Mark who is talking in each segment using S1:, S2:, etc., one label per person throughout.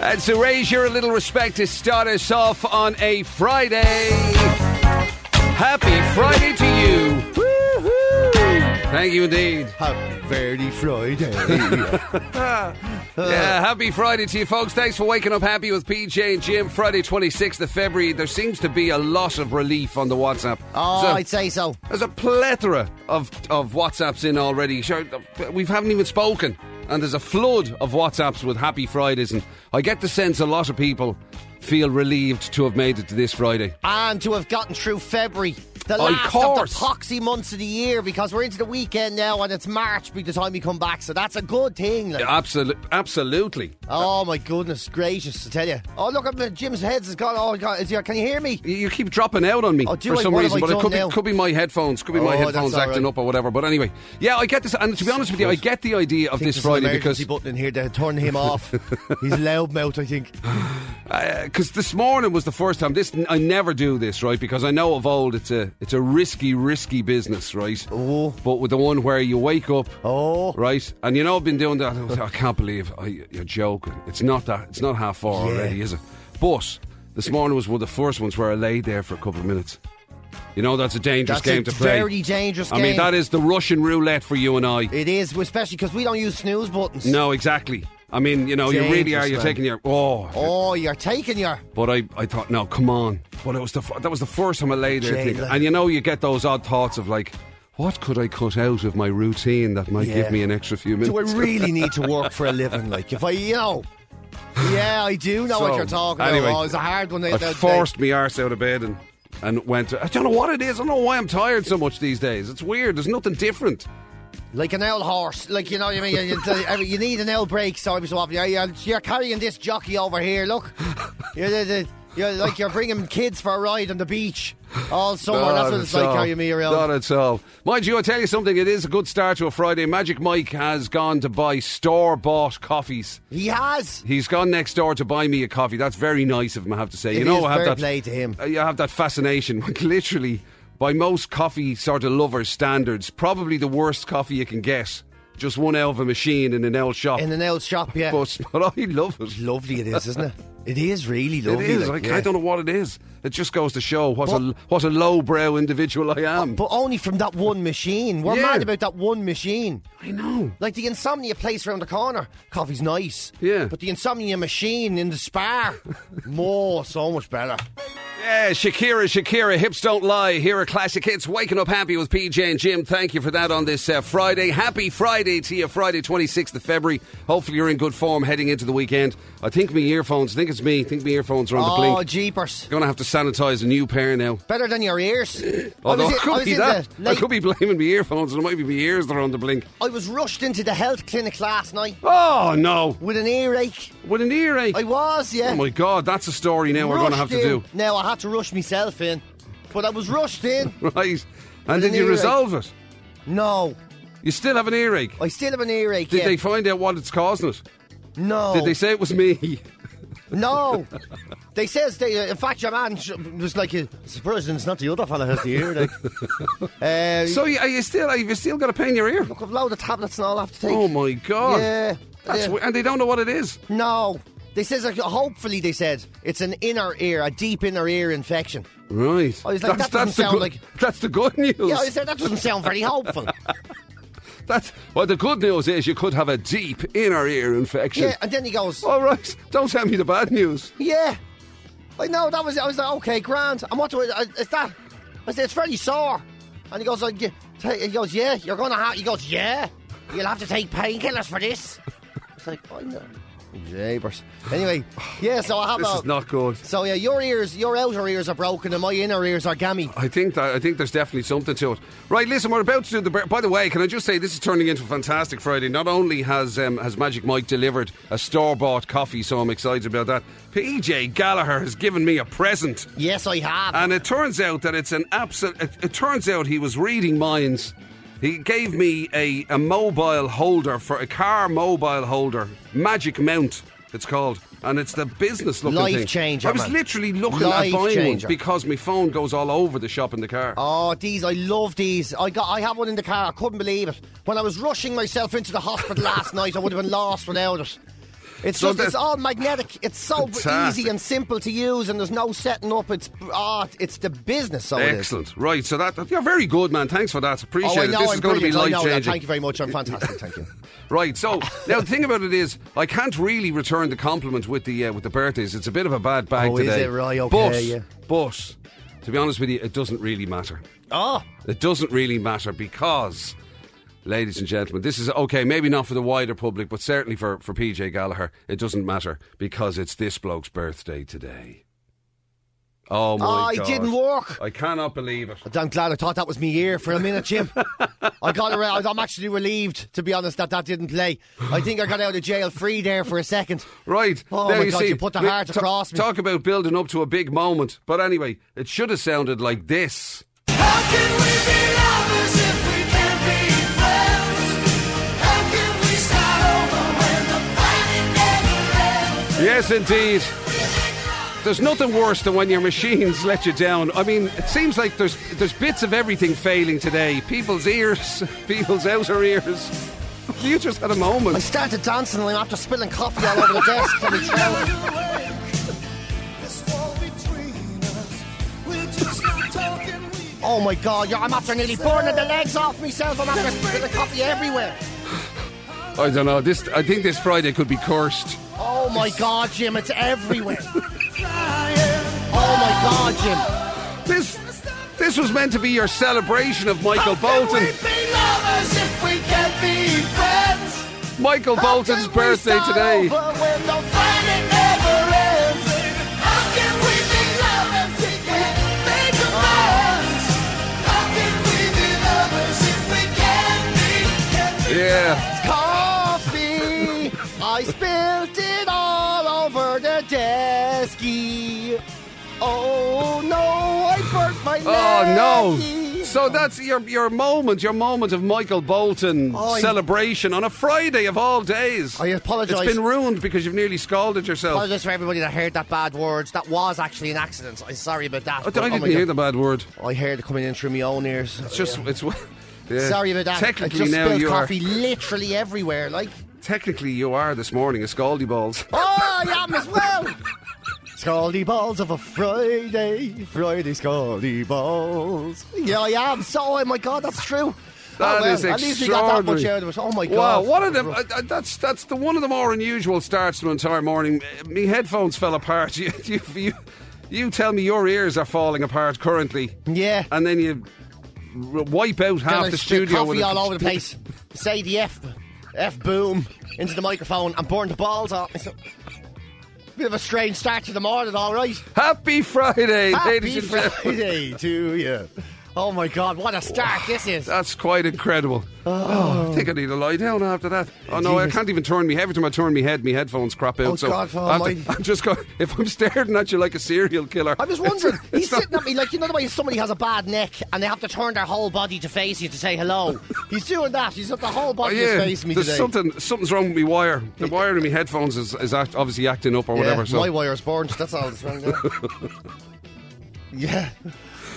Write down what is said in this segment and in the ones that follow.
S1: And so raise your little respect to start us off on a Friday. Happy Friday to you. Woo-hoo. Thank you indeed.
S2: Happy Verdi Friday.
S1: Yeah, happy Friday to you folks. Thanks for waking up happy with PJ and Jim. Friday, 26th of February. There seems to be a lot of relief on the WhatsApp.
S2: oh,
S1: So-
S2: I'd say so.
S1: There's a plethora of, of WhatsApps in already. Sure, we haven't even spoken, and there's a flood of WhatsApps with Happy Fridays. And I get the sense a lot of people feel relieved to have made it to this Friday.
S2: And to have gotten through February. The
S1: Of
S2: last of
S1: course.
S2: the poxy months of the year because we're into the weekend now and it's March by the time we come back, so that's a good thing. like.
S1: Absolutely, absolutely.
S2: Oh my goodness gracious, I tell you. Oh look, uh, Jim's heads has gone. Oh God, is he, can you hear me?
S1: You keep dropping out on me
S2: Oh, do
S1: for
S2: I?
S1: some
S2: What have
S1: reason,
S2: I
S1: but it
S2: done
S1: could be,
S2: now?
S1: could be my headphones. Could be my
S2: Oh, that's
S1: headphones
S2: all
S1: acting
S2: right.
S1: up or whatever. But anyway, yeah, I get this, and to be honest with you, I get the idea of this
S2: There's an
S1: Friday
S2: emergency
S1: because
S2: button in here to turn him off. He's loudmouth, I think.
S1: because uh, this morning was the first time. This I never do this, right? Because I know of old, it's a it's a risky, risky business, right?
S2: Oh.
S1: But with the one where you wake up,
S2: Oh.
S1: right, and you know I've been doing that. I, was- I can't believe I, you're joking. It's not that. It's not half four
S2: Yeah.
S1: already, is it? But this morning was one of the first ones where I laid there for a couple of minutes. You know that's a dangerous
S2: That's a
S1: game to play.
S2: very dangerous
S1: I mean
S2: game.
S1: that is the Russian roulette for you and I.
S2: It is, especially because we don't use snooze buttons.
S1: No, exactly. I mean, you know, you really
S2: Dangerous,
S1: are. You're
S2: man.
S1: taking your oh,
S2: Oh, you're taking your.
S1: But I, I thought, no, come on. But it was the f- that was the first time I laid there,
S2: Jay,
S1: thinking-
S2: like-
S1: and you know, you get those odd thoughts of like, what could I cut out of my routine that might
S2: Yeah.
S1: give me an extra few minutes?
S2: Do I really need to work for a living? Like, if I, you know. Yeah, I do know
S1: So,
S2: what you're talking
S1: anyway,
S2: about. Oh, it's a hard one. They,
S1: I
S2: they-
S1: forced me arse out of bed and and went. I don't know what it is. I don't know why I'm tired so much these days. It's weird. There's nothing different.
S2: like an old horse. Like, you know what I mean? You, you- you need an old break so every so often. You're, you're, you're carrying this jockey over here, look. You're, the, the, you're like you're bringing kids for a ride on the beach all summer. That's what
S1: Not
S2: it's
S1: at
S2: like
S1: all.
S2: carrying me
S1: Not
S2: around.
S1: at all. Mind you, I tell you something. It is a good start to a Friday. Magic Mike has gone to buy store bought coffees.
S2: He has.
S1: He's gone next door to buy me a coffee. That's very nice of him, I have to say. you
S2: It
S1: know,
S2: is
S1: I have
S2: fair
S1: that.
S2: play to him.
S1: I have that fascination. Like literally, by most coffee sort of lovers' standards, probably the worst coffee you can get. Just one out of a machine in an L shop.
S2: In an old shop, yeah.
S1: but, but I love it.
S2: lovely it is, isn't it? It is really
S1: It
S2: lovely.
S1: is.
S2: like,
S1: I,
S2: yeah.
S1: I don't know what it is. It just goes to show what a what a lowbrow individual I am.
S2: But only from that one machine. We're
S1: Yeah.
S2: mad about that one machine.
S1: I know.
S2: Like the insomnia place around the corner. Coffee's nice.
S1: Yeah.
S2: But the insomnia machine in the spa. more, so much better.
S1: Yeah, Shakira, Shakira, hips don't lie. Here are classic hits. Waking up happy with PJ and Jim. Thank you for that on this uh, Friday. Happy Friday to you, Friday, 26th of February. Hopefully, you're in good form heading into the weekend. I think my earphones, I think it's me, I think my earphones are on the
S2: Oh,
S1: blink.
S2: jeepers.
S1: Gonna have to sanitize a new pair now.
S2: Better than your ears.
S1: Although,
S2: I was,
S1: it
S2: in- I
S1: could
S2: was
S1: be
S2: in
S1: that.
S2: the late-
S1: I could be blaming my earphones, and it might be my ears that are on the blink.
S2: I was rushed into the health clinic last night
S1: Oh, no.
S2: with an earache.
S1: With an earache.
S2: I was, yeah.
S1: oh, my God, that's a story now we're gonna have to
S2: Rushed in.
S1: do.
S2: Now I had to rush myself in. But I was rushed in.
S1: Right. And
S2: With
S1: did
S2: an
S1: you
S2: earache.
S1: resolve it?
S2: no.
S1: You still have an earache.
S2: I still have an earache.
S1: Did
S2: Oh, yeah.
S1: they find out what it's causing it?
S2: No.
S1: Did they say it was me?
S2: No. They says they. Uh, in fact, your man sh- was like, uh, "Surprising, it's not the other fella has the ear." Like, uh,
S1: So you, are you still have you still got a pain in your ear?
S2: look, I've load of tablets and all I have to take.
S1: Oh my god!
S2: Yeah.
S1: That's
S2: yeah.
S1: we- and they don't know what it is.
S2: No. They says like, hopefully they said it's an inner ear, a deep inner ear infection.
S1: Right.
S2: I was Oh, like, that doesn't
S1: the
S2: sound
S1: good,
S2: like-
S1: that's the good news.
S2: Yeah, I said that doesn't sound very hopeful.
S1: that's well. The good news is you could have a deep inner ear infection.
S2: yeah, and then he goes,
S1: All right. Don't tell me the bad news.
S2: "Yeah, I know that was." it." I was like, "Okay, grand." And what do I? Is that? I said, "It's very sore," and he goes, "Like, yeah, ta- he goes, yeah, you're gonna have." He goes, "Yeah, you'll have to take painkillers for this." It's like, I know. Neighbours. Anyway, yeah. So I have
S1: This
S2: a.
S1: is not good.
S2: so yeah, your ears, your outer ears are broken, and my inner ears are gammy.
S1: I think that I think there's definitely something to it. Right, listen, we're about to do the. bre- By the way, can I just say this is turning into a fantastic Friday. Not only has um, has Magic Mike delivered a store bought coffee, so I'm excited about that. PJ Gallagher has given me a present.
S2: Yes, I have.
S1: And it turns out that it's an absolute. It, it turns out he was reading minds. He gave me a, a mobile holder for a car mobile holder, Magic Mount. It's called, and it's the business looking
S2: Life
S1: thing.
S2: changer,
S1: I was
S2: man.
S1: literally looking
S2: Life
S1: at buying
S2: changer.
S1: one because my phone goes all over the shop in the car.
S2: Oh, these I love these. I got I have one in the car. I couldn't believe it. When I was rushing myself into the hospital last night, I would have been lost without it. It's
S1: So
S2: just, it's
S1: that-
S2: all magnetic. It's so
S1: Fantastic.
S2: easy and simple to use, and there's no setting up. It's oh, it's the business. So it is.
S1: Excellent. Right. So that, that- you're very good, man. Thanks for that. Appreciate
S2: Oh, I
S1: it.
S2: know.
S1: This
S2: I'm
S1: is going to be
S2: brilliant. I know
S1: life
S2: that.
S1: changing.
S2: Thank you very much. I'm fantastic. Thank you.
S1: Right. So now the thing about it is, I can't really return the compliment with the uh, with the birthdays. It's a bit of a bad bag
S2: Oh, is
S1: today.
S2: it? Right, okay,
S1: But,
S2: yeah.
S1: but to be honest with you, it doesn't really matter.
S2: Oh,
S1: It doesn't really matter because, ladies and gentlemen, this is okay. Maybe not for the wider public, but certainly for for PJ Gallagher, it doesn't matter because it's this bloke's birthday today. Oh my
S2: Oh, it
S1: God.
S2: didn't work.
S1: I cannot believe it.
S2: I'm glad I thought that was me ear for a minute, Jim. I got around. I'm actually relieved, to be honest, that that didn't play. I think I got out of jail free there for a second.
S1: Right.
S2: Oh
S1: there
S2: my
S1: you
S2: God,
S1: see.
S2: you put the
S1: Th-
S2: heart
S1: ta-
S2: across me.
S1: Talk about building up to a big moment. But anyway, it should have sounded like this.
S3: How can we be lovers if we can't be friends? How can we start over when the fighting never ends?
S1: Yes, indeed. There's nothing worse than when your machines let you down. I mean, it seems like there's there's bits of everything failing today. People's ears, people's outer ears. You just had a
S2: I
S1: moment.
S2: started dancing and I'm after spilling coffee all over the desk. on the chair.
S3: This war between us, we're just not talking. We
S2: Oh my god, yeah, I'm after nearly burning the legs off myself. I'm after spilling coffee everywhere.
S1: I don't know. This I think this Friday could be cursed.
S2: Oh my god, Jim, it's everywhere.
S3: trying.
S2: Oh my god, Jim.
S1: This this was meant to be your celebration of
S3: How
S1: Michael
S3: can we
S1: Bolton.
S3: be lovers if we can't be friends?
S1: Michael Bolton's birthday today.
S3: Fighting never ends. How can we be lovers if we make amends? How can we be lovers if we can't be? Can't be
S1: Yeah.
S2: Coffee! I spilled it all over the desky. Oh no, I burnt my
S1: Oh
S2: leggy.
S1: no. So that's your your moment, your moment of Michael Bolton
S2: Oh, I-
S1: celebration on a Friday of all days.
S2: I apologise.
S1: It's been ruined because you've nearly scalded yourself.
S2: Apologies for everybody that heard that bad words. That was actually an accident. I'm sorry about that.
S1: I,
S2: but-
S1: I
S2: oh my
S1: didn't hear
S2: God.
S1: the bad word.
S2: I heard it coming in through my own ears.
S1: It's just it's. yeah.
S2: Sorry about that.
S1: Technically
S2: I just
S1: now
S2: spilled
S1: you
S2: coffee literally everywhere. Like,
S1: are. Technically you are this morning a scaldy balls.
S2: oh, I am as well. Scaldy balls of a Friday, Friday scaldy balls. Yeah, I am. So, oh my god, that's true.
S1: That
S2: oh, well,
S1: is
S2: At least we got that much
S1: extraordinary.
S2: out of it. Oh my
S1: Wow,
S2: god.
S1: one of them. I, I, that's that's the one of the more unusual starts to an entire morning. Uh, Me headphones fell apart. You, you you you tell me your ears are falling apart currently.
S2: Yeah.
S1: and then you r- wipe out
S2: Then
S1: half
S2: I
S1: the
S2: spit
S1: studio with
S2: coffee
S1: a-
S2: all over the place. Say the F, F boom into the microphone and burn the balls off. myself. Bit of a strange start to the morning, all right.
S1: Happy Friday, ladies
S2: Happy
S1: and gentlemen.
S2: Friday to you. Oh my God, what a start this is.
S1: That's quite incredible. Oh, I think I need to lie down after that. Oh no, I
S2: Jesus.
S1: can't even turn me. Every time I turn my head, my headphones crap out.
S2: Oh,
S1: so
S2: God,
S1: I have to-
S2: almighty.
S1: I'm just going. If I'm staring at you like a serial killer,
S2: I was
S1: it's-
S2: wondering,
S1: it's
S2: he's
S1: not-
S2: sitting at me like, you know the way somebody has a bad neck and they have to turn their whole body to face you to say hello? He's doing that. He's got the whole
S1: Oh,
S2: body
S1: yeah,
S2: is facing me
S1: there's
S2: today.
S1: something something's wrong with me wire. The wire in my headphones is, is act, obviously acting up or
S2: yeah,
S1: whatever. So
S2: My wire's burnt, that's all that's wrong there. yeah.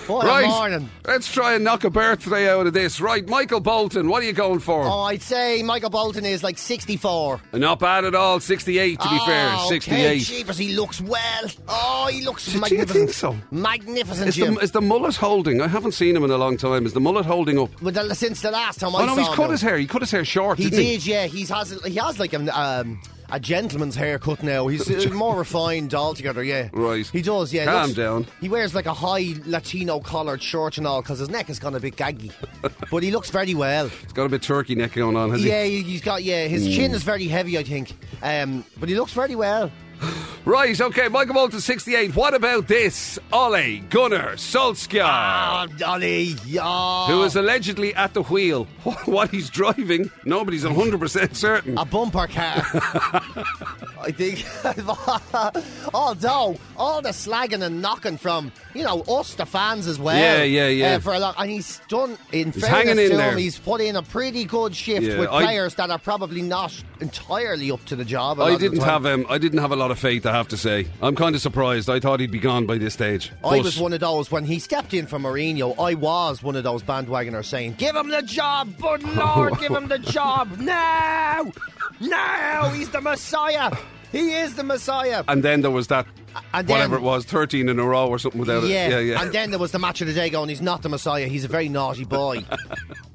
S2: What
S1: right,
S2: a morning.
S1: let's try and knock a birthday out of this. Right, Michael Bolton, what are you going for?
S2: Oh, I'd say Michael Bolton is like 64.
S1: Not bad at all. 68 to be fair.
S2: Oh, okay,
S1: 68.
S2: Jeepers, he looks well. Oh, he looks
S1: you
S2: magnificent.
S1: think so?
S2: Magnificent,
S1: Is
S2: Jim.
S1: the, is the mullet holding? I haven't seen him in a long time. Is the mullet holding up?
S2: But the- since the last time I
S1: Oh no,
S2: saw
S1: he's
S2: him,
S1: cut
S2: though.
S1: his hair. He cut his hair short.
S2: He
S1: didn't
S2: did, yeah. He's has he has like an, um, a gentleman's haircut now. He's uh, more refined altogether, yeah.
S1: Right.
S2: He does, yeah.
S1: Calm
S2: Looks-
S1: down.
S2: He wears like a high Latino collared shirt and all because his neck has gone a bit gaggy, but he looks very well.
S1: He's got a bit turkey neck going on, has
S2: Yeah, he- he's got yeah. His
S1: Mm.
S2: chin is very heavy, I think, um, but he looks very well.
S1: he? Right, okay, Michael Bolton, 68. What about this? Ole Gunnar Solskjaer,
S2: Ah, Ollie, yeah.
S1: who is allegedly at the wheel. What he's driving, nobody's 100% certain.
S2: A bumper car. I think. Although, all the slagging and knocking from, you know, us, the fans as well.
S1: Yeah, yeah, yeah.
S2: uh, for a long, and he's done, in fairness
S1: hanging in
S2: to
S1: there.
S2: him, he's put in a pretty good shift
S1: Yeah,
S2: with
S1: I-
S2: players that are probably not entirely up to the job. a lot
S1: I
S2: of Oh, the
S1: didn't
S2: time.
S1: have um, I didn't have a lot of faith, I have to say. I'm kind of surprised. I thought he'd be gone by this stage.
S2: I
S1: But-
S2: was one of those when he stepped in for Mourinho. I was one of those bandwagoners saying, "Give him the job, good Lord, give him the job now, now! He's the Messiah." He is the Messiah.
S1: And then there was that,
S2: and then-
S1: whatever it was, 13 in a row or something without
S2: yeah.
S1: it. Yeah, yeah.
S2: And then there was the match of the day going, he's not the Messiah, he's a very naughty boy.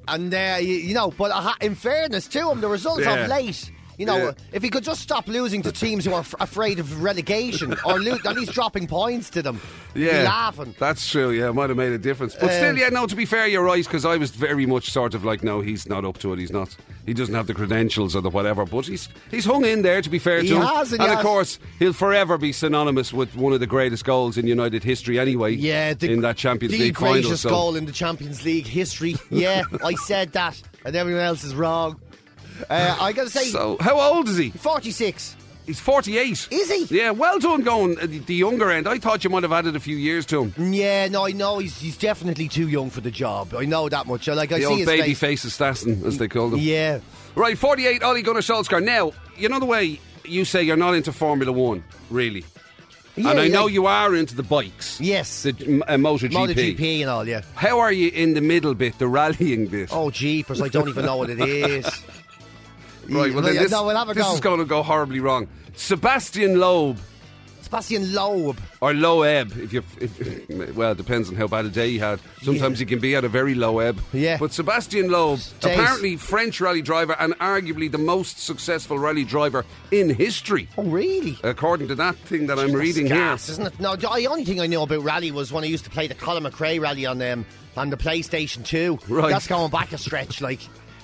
S2: and, uh, you, you know, but I ha- in fairness to him, the results
S1: Yeah.
S2: of late. You know,
S1: Yeah.
S2: if he could just stop losing to teams who are f- afraid of relegation, or lo- at least dropping points to them, he'd be
S1: yeah,
S2: laughing.
S1: That's true. Yeah, might have made a difference, but still,
S2: Um,
S1: yeah. No, to be fair, you're right because I was very much sort of like, no, he's not up to it. He's not. He doesn't have the credentials or the whatever. But he's he's hung in there. To be fair
S2: He
S1: to him,
S2: has, and he
S1: of
S2: has.
S1: course, he'll forever be synonymous with one of the greatest goals in United history. Anyway,
S2: Yeah, the,
S1: in that Champions
S2: the
S1: League final.
S2: greatest
S1: So.
S2: goal in the Champions League history. Yeah, I said that, and everyone else is wrong. Uh, I gotta say,
S1: so, how old is he?
S2: 46.
S1: He's 48.
S2: Is he?
S1: Yeah, well done going at the the younger end. I thought you might have added a few years to him.
S2: Yeah, no, I know he's he's definitely too young for the job. I know that much. I- Like I
S1: The
S2: see
S1: old
S2: his
S1: baby
S2: face.
S1: face assassin, as they call him.
S2: Yeah,
S1: Right, 48, Ollie Gunnar Solskjaer. Now, you know the way you say you're not into Formula One, really.
S2: Yeah,
S1: and I know
S2: like-
S1: you are into the bikes.
S2: Yes.
S1: The uh, MotoGP.
S2: MotoGP and all. Yeah.
S1: How are you in the middle bit, the rallying bit?
S2: Oh jeepers! I don't even know what it is.
S1: right, well, then
S2: yeah,
S1: this,
S2: no, we'll have a
S1: this
S2: go.
S1: is going to go horribly wrong. Sebastian Loeb,
S2: Sebastian Loeb.
S1: or Loeb, if you, if, well, it depends on how bad a day you had. Sometimes he can be at a very low ebb.
S2: Yeah.
S1: But Sebastian Loeb,
S2: Days.
S1: apparently French rally driver and arguably the most successful rally driver in history.
S2: Oh really?
S1: according to that thing that I'm reading
S2: That's
S1: here.
S2: gas, isn't it? No, the only thing I knew about rally was when I used to play the Colin McRae rally on um, on the PlayStation Two.
S1: Right.
S2: That's going back a stretch, like.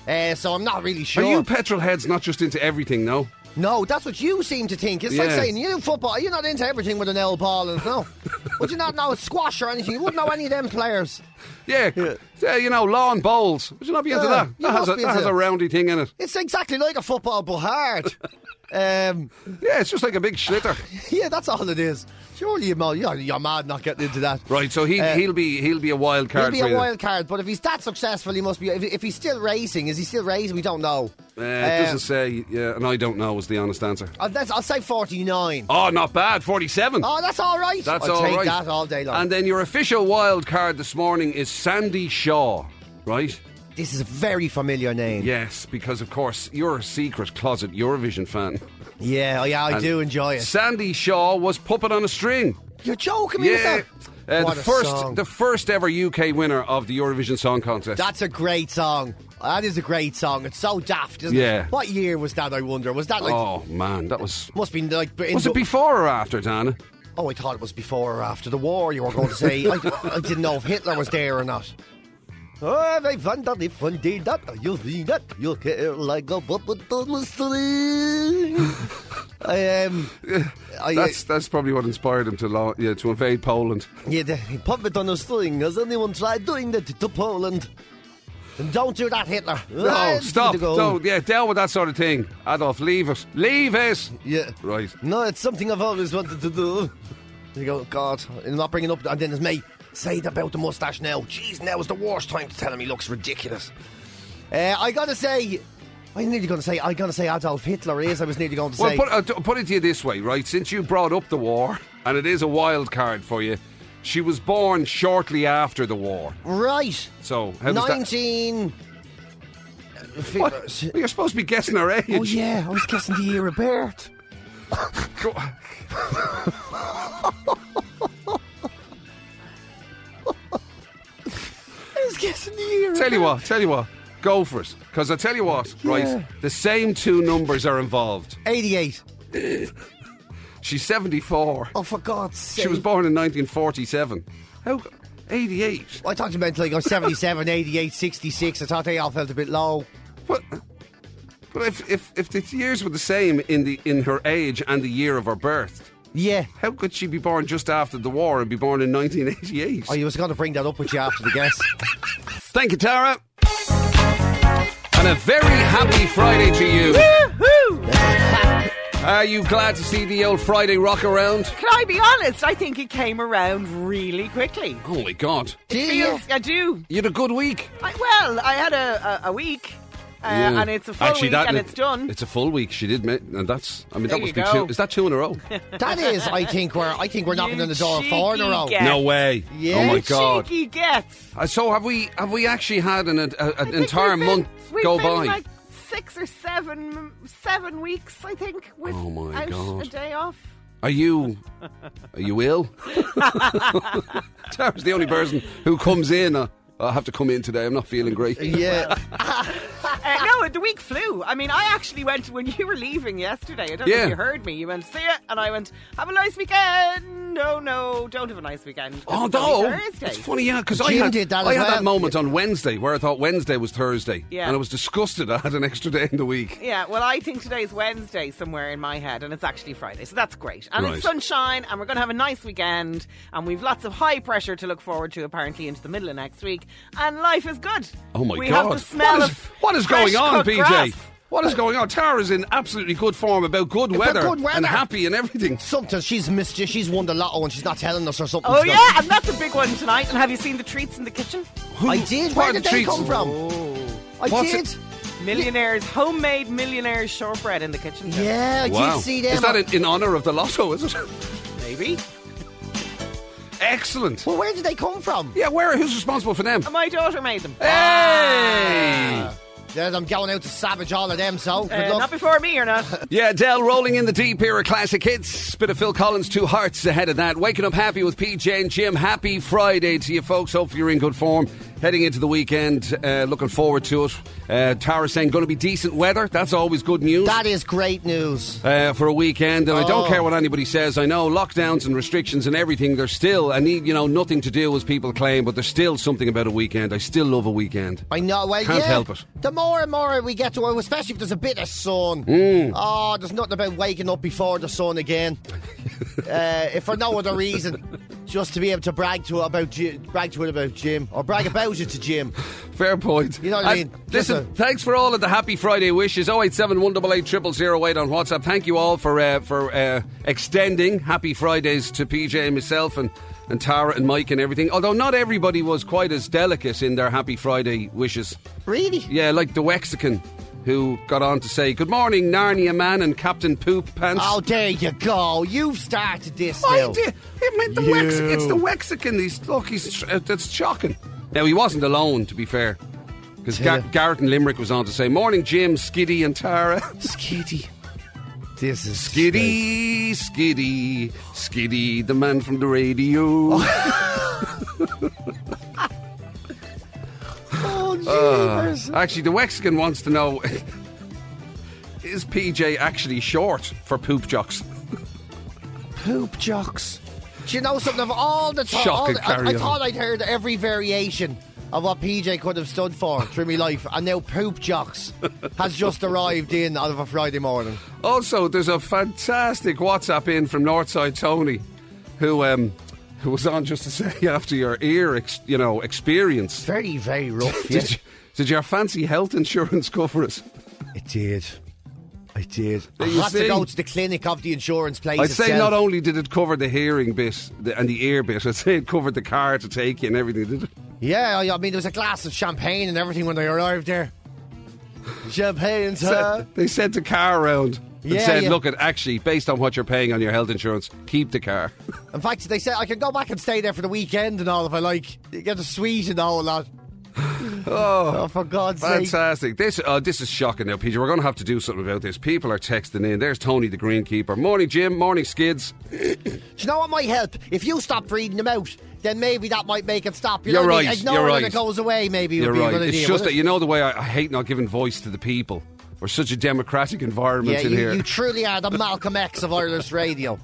S2: Uh, so I'm not really sure.
S1: Are you petrol heads not just into everything, no?
S2: no, that's what you seem to think. It's like
S1: Yeah.
S2: saying you know football. You're not into everything with an L ball, and no. Would you not know squash or anything? You wouldn't know any of them players.
S1: Yeah. yeah. you know, lawn bowls. Would you not be into
S2: Yeah,
S1: that?
S2: you
S1: That, has
S2: must
S1: a,
S2: be
S1: that
S2: into
S1: has a
S2: it.
S1: roundy thing in it.
S2: It's exactly like a football, but hard. um,
S1: Yeah, it's just like a big schlitter.
S2: yeah, that's all it is. Surely you're mad, you're, you're mad not getting into that.
S1: right, so he,
S2: Uh,
S1: he'll be he'll be a wild
S2: He'll
S1: card
S2: be
S1: for
S2: a
S1: you.
S2: wild card, but if he's that successful, he must be. If, if he's still racing, is he still racing? We don't know.
S1: Uh,
S2: Um,
S1: it doesn't say, yeah, and I don't know is the honest answer.
S2: I'll, that's, I'll say 49.
S1: Oh, not bad, 47.
S2: Oh, that's all right.
S1: That's
S2: I'll
S1: all
S2: take
S1: right.
S2: that all day long.
S1: And then your official wild card this morning is Sandy Shaw, right?
S2: this is a very familiar name.
S1: Yes, because of course you're a secret closet Eurovision fan.
S2: yeah, oh, yeah I
S1: And
S2: do enjoy it.
S1: Sandy Shaw was puppet on a string.
S2: You're joking me,
S1: Yeah.
S2: is that?
S1: Uh,
S2: What
S1: the
S2: a
S1: first,
S2: song.
S1: the first ever UK winner of the Eurovision Song Contest.
S2: That's a great song. That is a great song. It's so daft, isn't
S1: Yeah.
S2: it? What year was that? I wonder. Was that like
S1: oh man, that was.
S2: must be like in
S1: Was it before or after, Dana?
S2: Oh, I thought it was before or after the war. You were going to say I, I didn't know if Hitler was there or not. Oh, they wonder if one day that you'll see that you'll care like a puppet on the string. I um, I,
S1: That's that's probably what inspired him to lo- yeah, to invade Poland.
S2: yeah, the puppet on the string. Has anyone tried doing that to Poland? And don't do that, Hitler.
S1: No,
S2: Ah,
S1: Oh, stop!
S2: to go.
S1: Don't yeah, deal with that sort of thing. Adolf, leave it, leave it.
S2: Yeah.
S1: Right.
S2: No, it's something I've always wanted to do. You go, God, I'm not bringing up. And then there's me. Say it about the mustache now. Jeez, now is the worst time to tell him he looks ridiculous. Uh, I gotta say, I nearly gonna say, I gotta say Adolf Hitler is. I was nearly going to
S1: Well,
S2: say.
S1: put, uh, t- put it to you this way, right? Since you brought up the war, and it is a wild card for you, she was born shortly after the war.
S2: right,
S1: So how does that?
S2: nineteen.
S1: What? Well, You're supposed to be guessing her age.
S2: Oh yeah, I was guessing the year of birth.
S1: Go-
S2: I was guessing the year. of
S1: Tell you
S2: birth.
S1: what, tell you what, go for it. Because I tell you what,
S2: Yeah.
S1: right, the same two numbers are involved.
S2: eighty-eight.
S1: She's 74.
S2: Oh, for God's sake!
S1: She was born in 1947. How? 88.
S2: I thought you meant like I was 77, 88, 66. I thought they all felt a bit low.
S1: What? But if, if, if the years were the same in, the, in her age and the year of her birth,
S2: Yeah.
S1: how could she be born just after the war and be born in 1988?
S2: Oh, you was going to bring that up with you after the guess.
S1: Thank you, Tara. And a very happy Friday to you. Are you glad to see the old Friday rock around?
S4: Can I be honest? I think it came around really quickly.
S1: Oh my god.
S2: Do
S4: Feels, I do.
S1: You had a good week.
S4: I, well, I had a, a, a week, uh,
S1: Yeah.
S4: and it's a full week,
S1: that-
S4: and it's done.
S1: It's a full week. She did, mate, and that's. I mean,
S4: There
S1: that must
S4: you
S1: be
S4: go.
S1: two. Is that two in a row?
S2: That is, I think we're, I think we're knocking
S4: You
S2: on the door of four in a
S4: cheeky
S2: row.
S4: get.
S1: No way.
S2: Yeah.
S1: Oh my god.
S4: Cheeky gets.
S1: Uh, So have we? Have we actually had an, a, a- an entire month
S4: we've
S1: go
S4: been
S1: by?
S4: Like six or seven seven weeks, I think, with
S1: Oh my God.
S4: a day off.
S1: Are you are you ill? Tara's the only person who comes in. Uh, I have to come in today. I'm not feeling great.
S2: Yeah.
S4: Uh, no, the week flew. I mean, I actually went when you were leaving yesterday. I don't know
S1: Yeah.
S4: if you heard me. You went see it, and I went have a nice weekend. No, no, don't have a nice weekend. 'cause it's only
S1: Although
S4: Thursday.
S1: Oh, it's funny, yeah, because I
S2: June
S1: had,
S2: did that
S1: I
S2: as
S1: had that
S2: well.
S1: moment on Wednesday where I thought Wednesday was Thursday,
S4: Yeah.
S1: and I was disgusted. I had an extra day in the week.
S4: Yeah, well, I think today's Wednesday somewhere in my head, and it's actually Friday, so that's great. And
S1: Right.
S4: it's sunshine, and we're going to have a nice weekend, and we've lots of high pressure to look forward to apparently into the middle of next week, and life is good.
S1: Oh my
S4: we
S1: god!
S4: Have the smell
S1: what is,
S4: of
S1: what is
S4: fresh
S1: going on,
S4: cut
S1: PJ?
S4: grass.
S1: What is going on? Tara's in absolutely good form about good weather,
S2: good weather.
S1: and happy and everything.
S2: Something she's missed. you. She's won the lotto and she's not telling us or something.
S4: Oh
S2: She's
S4: yeah, and that's a big one tonight. And have you seen the treats in the kitchen?
S2: Not, I did.
S1: Where
S2: Where
S1: are
S2: did
S1: the
S2: they
S1: treats? Oh.
S2: come from? I
S1: What's
S2: did.
S1: it-
S4: Millionaires, homemade millionaires shortbread in the kitchen. Joe.
S2: Yeah, I
S1: wow!
S2: did see them.
S1: Is that in, in honor of the lotto? Is it
S4: maybe.
S1: excellent?
S2: Well, where did they come from?
S1: Yeah, where? Who's responsible for them? Ah.
S4: My daughter made them.
S1: Hey!
S2: There's, I'm going out to savage all of them, so good
S4: Uh,
S2: luck.
S4: not before me or not.
S1: Yeah, Dell rolling in the deep here at Classic Hits. Bit of Phil Collins, two hearts ahead of that. Waking up happy with PJ and Jim. Happy Friday to you folks. Hopefully you're in good form. Heading into the weekend, uh, looking forward to it. Uh, Tara saying going to be decent weather. That's always good news.
S2: that is great news.
S1: uh, for a weekend, and I don't
S2: Oh.
S1: care what anybody says. I know lockdowns and restrictions and everything. There's still, I need, you know, nothing to do as people claim, but there's still something about a weekend. I still love a weekend.
S2: I know. Well,
S1: Can't
S2: yeah.
S1: help it.
S2: The more and more we get to it, especially if there's a bit of sun.
S1: Hmm.
S2: Oh, there's nothing about waking up before the sun again. uh, if for no other reason, just to be able to brag to it about Ji- brag to it about Jim or brag about it to Jim.
S1: Fair point.
S2: You know what I
S1: And
S2: mean?
S1: Listen,
S2: Just
S1: thanks for all of the happy Friday wishes. 087 188 0008 on WhatsApp. Thank you all for uh, for uh, extending happy Fridays to PJ and myself and, and Tara and Mike and everything. Although not everybody was quite as delicate in their happy Friday wishes.
S2: Really?
S1: Yeah, like the Wexican who got on to say, Good morning, Narnia Man and Captain Poop Pants.
S2: Oh, there you go. You've started this.
S1: I
S2: now.
S1: did. It meant the Wexican. It's the Wexican. He's look. He's uh, that's shocking. Now he wasn't alone, to be fair, because Gar-
S2: Yeah.
S1: Garrett and Limerick was on to say, "Morning, Jim, Skiddy, and Tara."
S2: Skitty. This is
S1: Skiddy, Skiddy, Skiddy, the man from the radio.
S2: Oh,
S1: Ah.
S2: jeepers.
S1: Actually, the Wexican wants to know: Is PJ actually short for poop jocks?
S2: Poop jocks. Do you know something of all the time?
S1: Shock
S2: all
S1: and
S2: the- I-
S1: carry
S2: I,
S1: on.
S2: thought I'd heard every variation of what PJ could have stood for through my life, and now poop jocks has just arrived in on a Friday morning.
S1: Also, there's a fantastic WhatsApp in from Northside Tony, who um, who was on just to say after your ear, ex- you know, experience.
S2: Very, very rough.
S1: Did, you, did your fancy health insurance cover us?
S2: It did. It did. I
S1: You
S2: had
S1: see?
S2: to go to the clinic of the insurance place.
S1: I'd say
S2: itself.
S1: not only did it cover the hearing bit the- and the ear bit, I'd say it covered the car to take you and everything, did it?
S2: Yeah, I, I mean, there was a glass of champagne and everything when I arrived there. Champagne,
S1: So
S2: sir.
S1: they sent the car around and
S2: Yeah,
S1: said,
S2: yeah.
S1: look, it actually, based on what you're paying on your health insurance, keep the car.
S2: In fact, they said I can go back and stay there for the weekend and all if I like. You get a suite and all that. Oh, for God's sake.
S1: Fantastic. This uh, this is shocking now, Peter. We're going to have to do something about this. People are texting in. There's Tony the Greenkeeper. Morning, Jim. Morning, Skids.
S2: Do you know what might help? If you stop breeding them out, then maybe that might make it stop. You
S1: You're
S2: know what I mean?
S1: right,
S2: Ignore
S1: you're
S2: it when
S1: right.
S2: it goes away, maybe
S1: You're
S2: would be a
S1: right.
S2: good idea.
S1: It's just that,
S2: wouldn't
S1: you know, the way I, I hate not giving voice to the people. We're such a democratic environment
S2: it?
S1: in
S2: yeah, you,
S1: here.
S2: you truly are the Malcolm X of Irish radio.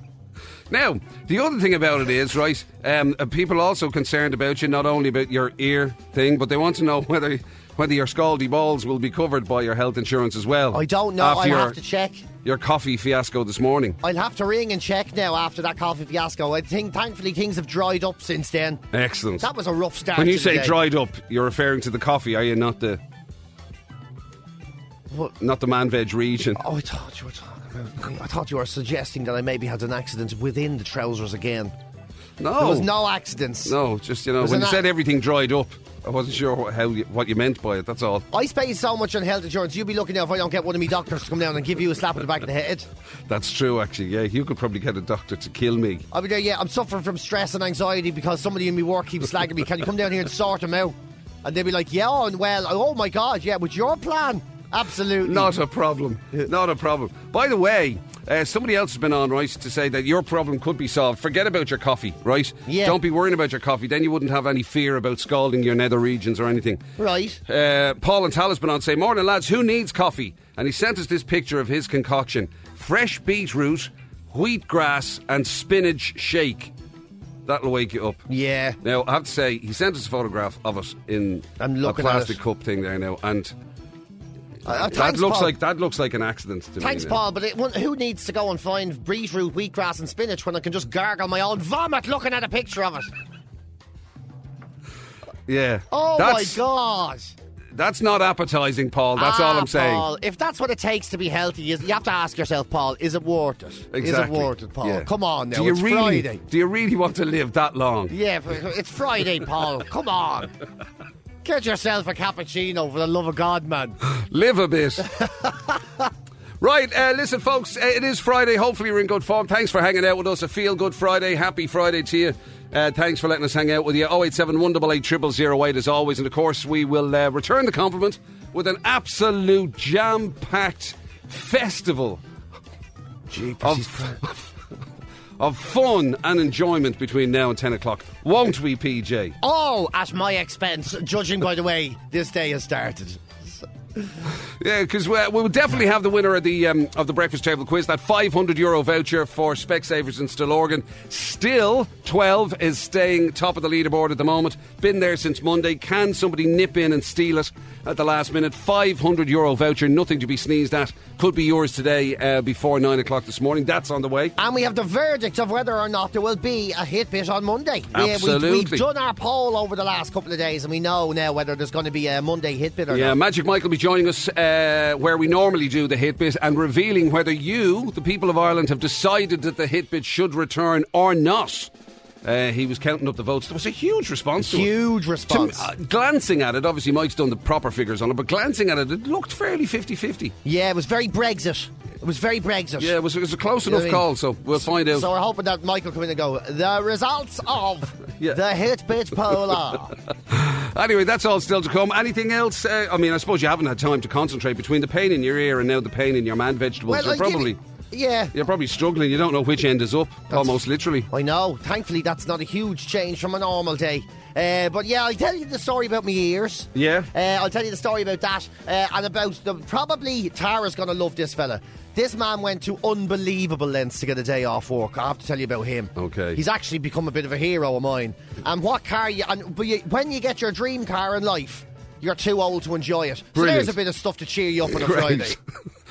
S1: Now, the other thing about it is, right, um, uh, people also concerned about you, not only about your ear thing, but they want to know whether whether your scaldy balls will be covered by your health insurance as well.
S2: I don't know.
S1: After
S2: I'll
S1: your,
S2: have to check.
S1: Your coffee fiasco this morning.
S2: I'll have to ring and check now after that coffee fiasco. I think, thankfully, things have dried up since then.
S1: Excellent.
S2: That was a rough start.
S1: When you
S2: to the
S1: say
S2: day.
S1: dried up, you're referring to the coffee, are you? Not the
S2: What?
S1: not the man veg region.
S2: Oh, I thought you were talking about me. I thought you were suggesting that I maybe had an accident within the trousers again.
S1: No,
S2: There was no accidents.
S1: no, just you know,
S2: was
S1: when
S2: an
S1: you
S2: a-
S1: said everything dried up, I wasn't sure what, how you, what you meant by it. That's all.
S2: I pay so much on health insurance, you'd be looking out if I don't get one of me doctors to come down and give you a slap in the back of the head.
S1: That's true, actually. Yeah, you could probably get a doctor to kill me.
S2: I'll be there, yeah, I'm suffering from stress and anxiety because somebody in my work keeps slagging me. Can you come down here and sort them out? And they'd be like, yeah, and well, oh my God, yeah, with your plan. Absolutely.
S1: Not a problem. Not a problem. By the way, uh, somebody else has been on, right, to say that your problem could be solved. Forget about your coffee, right?
S2: Yeah.
S1: Don't be worrying about your coffee. Then you wouldn't have any fear about scalding your nether regions or anything.
S2: Right.
S1: Uh, Paul and Tal has been on say, Morning, lads, who needs coffee? And he sent us this picture of his concoction fresh beetroot, wheatgrass, and spinach shake. That'll wake you up.
S2: Yeah.
S1: Now, I have to say, he sent us a photograph of us in
S2: I'm
S1: a
S2: looking at
S1: plastic
S2: it.
S1: cup thing there now, and
S2: Uh, uh,
S1: that
S2: thanks,
S1: looks
S2: Paul.
S1: like that looks like an accident to me.
S2: Thanks,
S1: now.
S2: Paul, but it, one, who needs to go and find beetroot, wheatgrass, and spinach when I can just gargle my own vomit looking at a picture of it?
S1: Yeah.
S2: Oh
S1: that's,
S2: my god!
S1: That's not appetising, Paul. That's all
S2: Ah,
S1: I'm saying.
S2: Paul, if that's what it takes to be healthy, is, you have to ask yourself, Paul, is it worth it? Is
S1: Exactly.
S2: it worth it, Paul?
S1: Yeah.
S2: Come on now,
S1: Do you
S2: it's
S1: really?
S2: Friday.
S1: Do you really want to live that long?
S2: Yeah, but it's Friday, Paul. Come on. Get yourself a cappuccino for the love of God, man.
S1: Live a bit. Right, uh, listen, folks, uh, it is Friday. Hopefully, you're in good form. Thanks for hanging out with us. A feel good Friday. Happy Friday to you. Uh, thanks for letting us hang out with you. 087 188 0008 as always. And of course, we will uh, return the compliment with an absolute jam packed festival of, of fun and enjoyment between now and 10 o'clock. Won't we, PJ?
S2: All Oh, at my expense, judging by the way this day has started.
S1: Yeah, because we will definitely have the winner of the um, of the breakfast table quiz. That five hundred euro voucher for Specsavers in Stillorgan. Still twelve is staying top of the leaderboard at the moment. Been there since Monday. Can somebody nip in and steal it at the last minute? Five hundred euro voucher, nothing to be sneezed at. Could be yours today uh, before nine o'clock this morning. That's on the way.
S2: And we have the verdict of whether or not there will be a hit bit on Monday. Yeah, we- We've,
S1: Absolutely.
S2: done our poll over the last couple of days, and we know now whether there's going to be a Monday hit bit or
S1: Yeah,
S2: not.
S1: Magic Mike will be joining us uh, where we normally do the hit bit and revealing whether you, the people of Ireland, have decided that the hit bit should return or not. Uh, he was counting up the votes. There was a huge response. to it.
S2: Huge
S1: To me,
S2: response.
S1: uh, glancing at it, obviously Mike's done the proper figures on it, but glancing at it, it looked fairly 50-50.
S2: yeah, it was very Brexit. It was very Brexit.
S1: Yeah, it was, it was a close
S2: know
S1: enough
S2: what I mean?
S1: call, so we'll find out.
S2: So we're hoping that Michael come in and go, the results of
S1: Yeah.
S2: the hit bit poll are.
S1: Anyway, that's all still to come. Anything else? Uh, I mean, I suppose you haven't had time to concentrate between the pain in your ear and now the pain in your man vegetables.
S2: Well,
S1: you're
S2: I'll give
S1: probably
S2: it- yeah.
S1: you're probably struggling. You don't know which end is up, almost literally.
S2: I know. Thankfully, that's not a huge change from a normal day. Uh, but yeah, I'll tell you the story about my ears.
S1: Yeah.
S2: Uh, I'll tell you the story about that uh, and about the. Probably Tara's going to love this fella. This man went to unbelievable lengths to get a day off work. I have to tell you about him.
S1: Okay.
S2: He's actually become a bit of a hero of mine. And what car you. And, but you, when you get your dream car in life, you're too old to enjoy it. So
S1: Brilliant.
S2: there's a bit of stuff to cheer you up on a
S1: Great.
S2: Friday.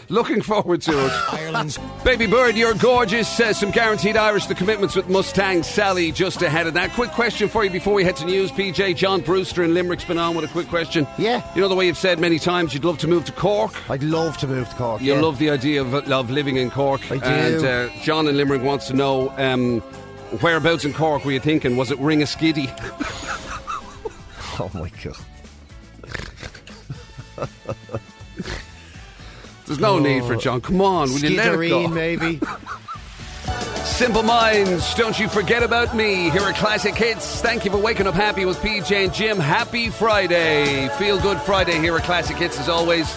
S1: Looking forward to it.
S5: Ireland's
S1: Baby Bird, you're gorgeous. Says some guaranteed Irish. The commitments with Mustang Sally just ahead of that. Quick question for you before we head to news. PJ, John Brewster in Limerick's been on with a quick question.
S2: Yeah.
S1: You know the way you've said many times you'd love to move to Cork.
S2: I'd love to move to Cork.
S1: You
S2: yeah.
S1: love the idea of, of living in Cork.
S2: I do.
S1: And uh, John in Limerick wants to know um, whereabouts in Cork were you thinking? Was it Ring a Skiddy?
S2: Oh my god.
S1: There's no need
S2: Oh,
S1: for it, John. Come on, will you let it go?
S2: Skiddereen, maybe.
S1: Simple Minds, don't you forget about me. Here are Classic Hits. Thank you for waking up happy with PJ and Jim. Happy Friday. Feel good Friday here at Classic Hits as always.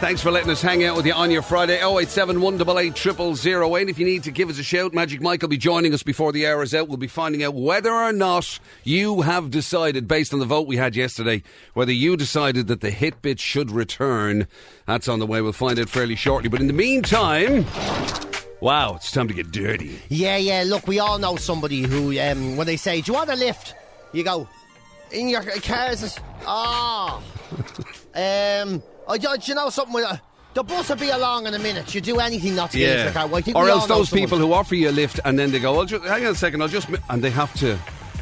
S1: Thanks for letting us hang out with you on your Friday. Oh, 087 188 0008. If you need to give us a shout, Magic Mike will be joining us before the hour is out. We'll be finding out whether or not you have decided, based on the vote we had yesterday, whether you decided that the hit bit should return. That's on the way. We'll find out fairly shortly. But in the meantime, wow, it's time to get dirty.
S2: Yeah, yeah. Look, we all know somebody who, um, when they say, "Do you want a lift?" you go in your cars. is- Ah, um, I, do you know something? With, uh, the bus will be along in a minute. You do anything not to get into the car. Well, I think
S1: or
S2: we
S1: else
S2: all know
S1: those
S2: someone.
S1: people who offer you a lift and then they go, well, just, hang on a second, I'll just. mi-" And they have to.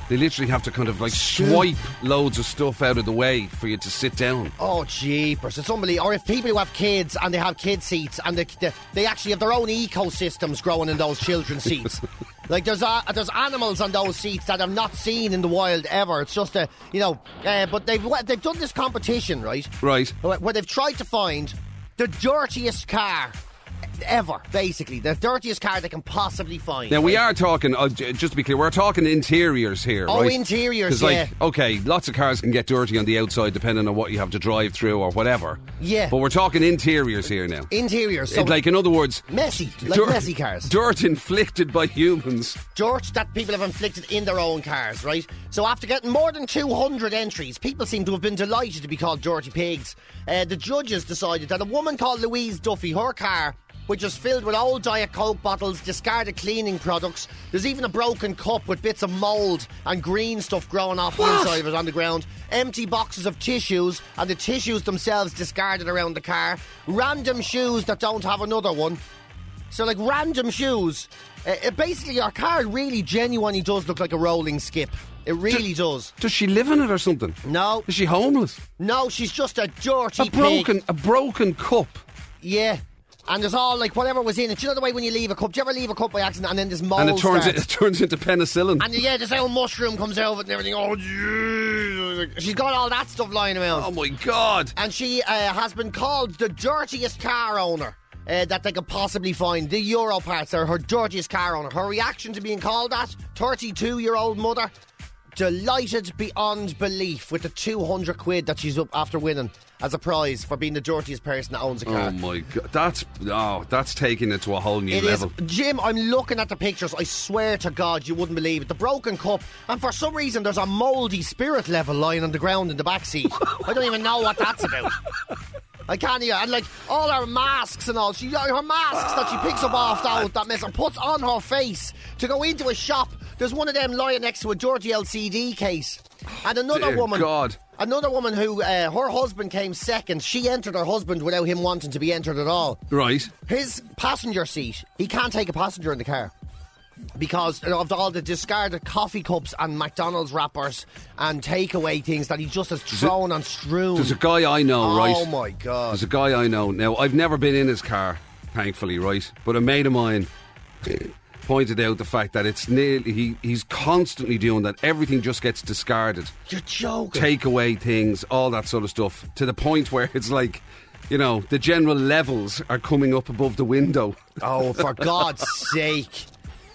S1: They literally have to kind of like swipe loads of stuff out of the way for you to sit down.
S2: Oh, jeepers. It's unbelievable. Or if people who have kids and they have kid seats and they, they, they actually have their own ecosystems growing in those children's seats. like, there's uh, there's animals on those seats that I've not seen in the wild ever. It's just a, you know, uh, but they've they've done this competition, right?
S1: Right.
S2: Where where they've tried to find the dirtiest car ever, basically. The dirtiest car they can possibly find.
S1: Now we
S2: Like,
S1: are talking. Uh, j- just to be clear, we're talking interiors here.
S2: Oh,
S1: right?
S2: interiors,
S1: 'Cause, Like, okay, lots of cars can get dirty on the outside, depending on what you have to drive through or whatever.
S2: Yeah.
S1: But we're talking interiors here now.
S2: Interiors. So
S1: It- like, in other words,
S2: messy. Like
S1: dirt-
S2: messy cars.
S1: dirt inflicted by humans.
S2: dirt that people have inflicted in their own cars, right? So after getting more than 200 entries, people seem to have been delighted to be called dirty pigs. Uh, the judges decided that a woman called Louise Duffy, her car, which was filled with old Diet Coke bottles, discarded cleaning products, there's even a broken cup with bits of mould and green stuff growing off the inside of it on the ground, empty boxes of tissues, and the tissues themselves discarded around the car, random shoes that don't have another one. So like random shoes. Uh, uh, basically, our car really genuinely does look like a rolling skip. It really does.
S1: Does she live in it or something?
S2: No,
S1: Is she homeless?
S2: no, she's just a dirty
S1: A broken,
S2: pig.
S1: a broken cup.
S2: Yeah, and there's all like whatever was in it. Do you know the way when you leave a cup? Do you ever leave a cup by accident and then there's mold?
S1: And it turns,
S2: starts?
S1: it turns into penicillin.
S2: And yeah, this old mushroom comes out of it and everything. Oh, Jesus. she's got all that stuff lying around.
S1: oh my god!
S2: and she uh, has been called the dirtiest car owner. Uh, that they could possibly find. The Euro parts are her dirtiest car owner. Her reaction to being called that 32 year old mother, delighted beyond belief with the 200 quid that she's up after winning as a prize for being the dirtiest person that owns a car.
S1: Oh my god! That's oh, that's taking it to a whole new
S2: It is,
S1: level.
S2: Jim, I'm looking at the pictures. I swear to God, you wouldn't believe it. The broken cup, and for some reason, there's a mouldy spirit level lying on the ground in the back seat. I don't even know what that's about. I can't even. And like all her masks and all, she her masks that she picks up off that that mess and puts on her face to go into a shop. There's one of them lying next to a dirty LCD case, and another
S1: Dear
S2: woman.
S1: God.
S2: Another woman who uh, her husband came second. She entered her husband without him wanting to be entered at all.
S1: Right?
S2: His passenger seat, he can't take a passenger in the car because of all the discarded coffee cups and McDonald's wrappers and takeaway things that he just has thrown and strewn.
S1: There's a guy I know, right?
S2: Oh my God.
S1: There's a guy I know. Now, I've never been in his car, thankfully, right? But a mate of mine pointed out the fact that it's nearly, he, he's constantly doing that. Everything just gets discarded.
S2: You're joking.
S1: Take away things, all that sort of stuff, to the point where it's like, you know, the general levels are coming up above the window.
S2: oh, for God's sake.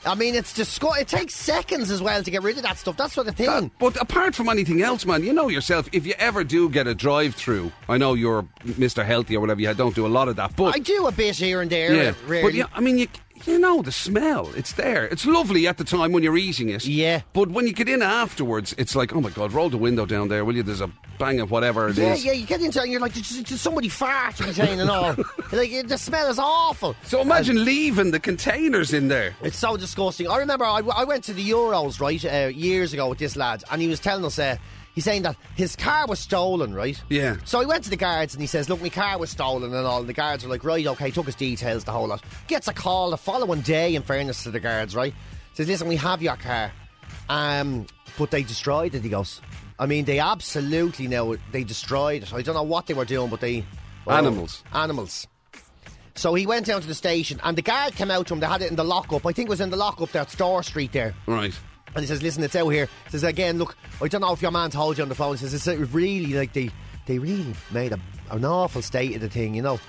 S2: I mean, it's disgusting. It takes seconds as well to get rid of that stuff. That's what the thing.
S1: But apart from anything else, man, you know yourself, if you ever do get a drive through, I know you're Mr. Healthy or whatever, you don't do a lot of that, but.
S2: I do a bit here and there.
S1: Yeah,
S2: rarely.
S1: but yeah, I mean, you you know the smell. It's there. It's lovely at the time when you're eating it.
S2: Yeah.
S1: But when you get in afterwards, it's like, oh my god, roll the window down there, will you? There's a bang of whatever it is.
S2: Yeah, yeah, you get into it and you're like, did, did somebody fart? You're saying and all. like, it- the smell is awful.
S1: So imagine leaving the containers in there.
S2: It's so disgusting. I remember I, I went to the Euros, right, uh, years ago with this lad, and he was telling us, uh, he's saying that his car was stolen, right?
S1: Yeah.
S2: So he went to the guards and he says, Look, my car was stolen and all. And the guards were like, Right, okay, took his details, the whole lot. Gets a call the following day, in fairness to the guards, right? Says, Listen, we have your car. Um, but they destroyed it, he goes. I mean, they absolutely now, they destroyed it. I don't know what they were doing, but they.
S1: Animals.
S2: Animals. So he went down to the station, and the guard came out to him. They had it in the lockup. I think it was in the lockup there at Store Street there.
S1: Right.
S2: And he says, "Listen, it's out here." He says again, "Look, I don't know if your man told you on the phone." He says, "It's uh, really like they they really made a, an awful state of the thing, you know."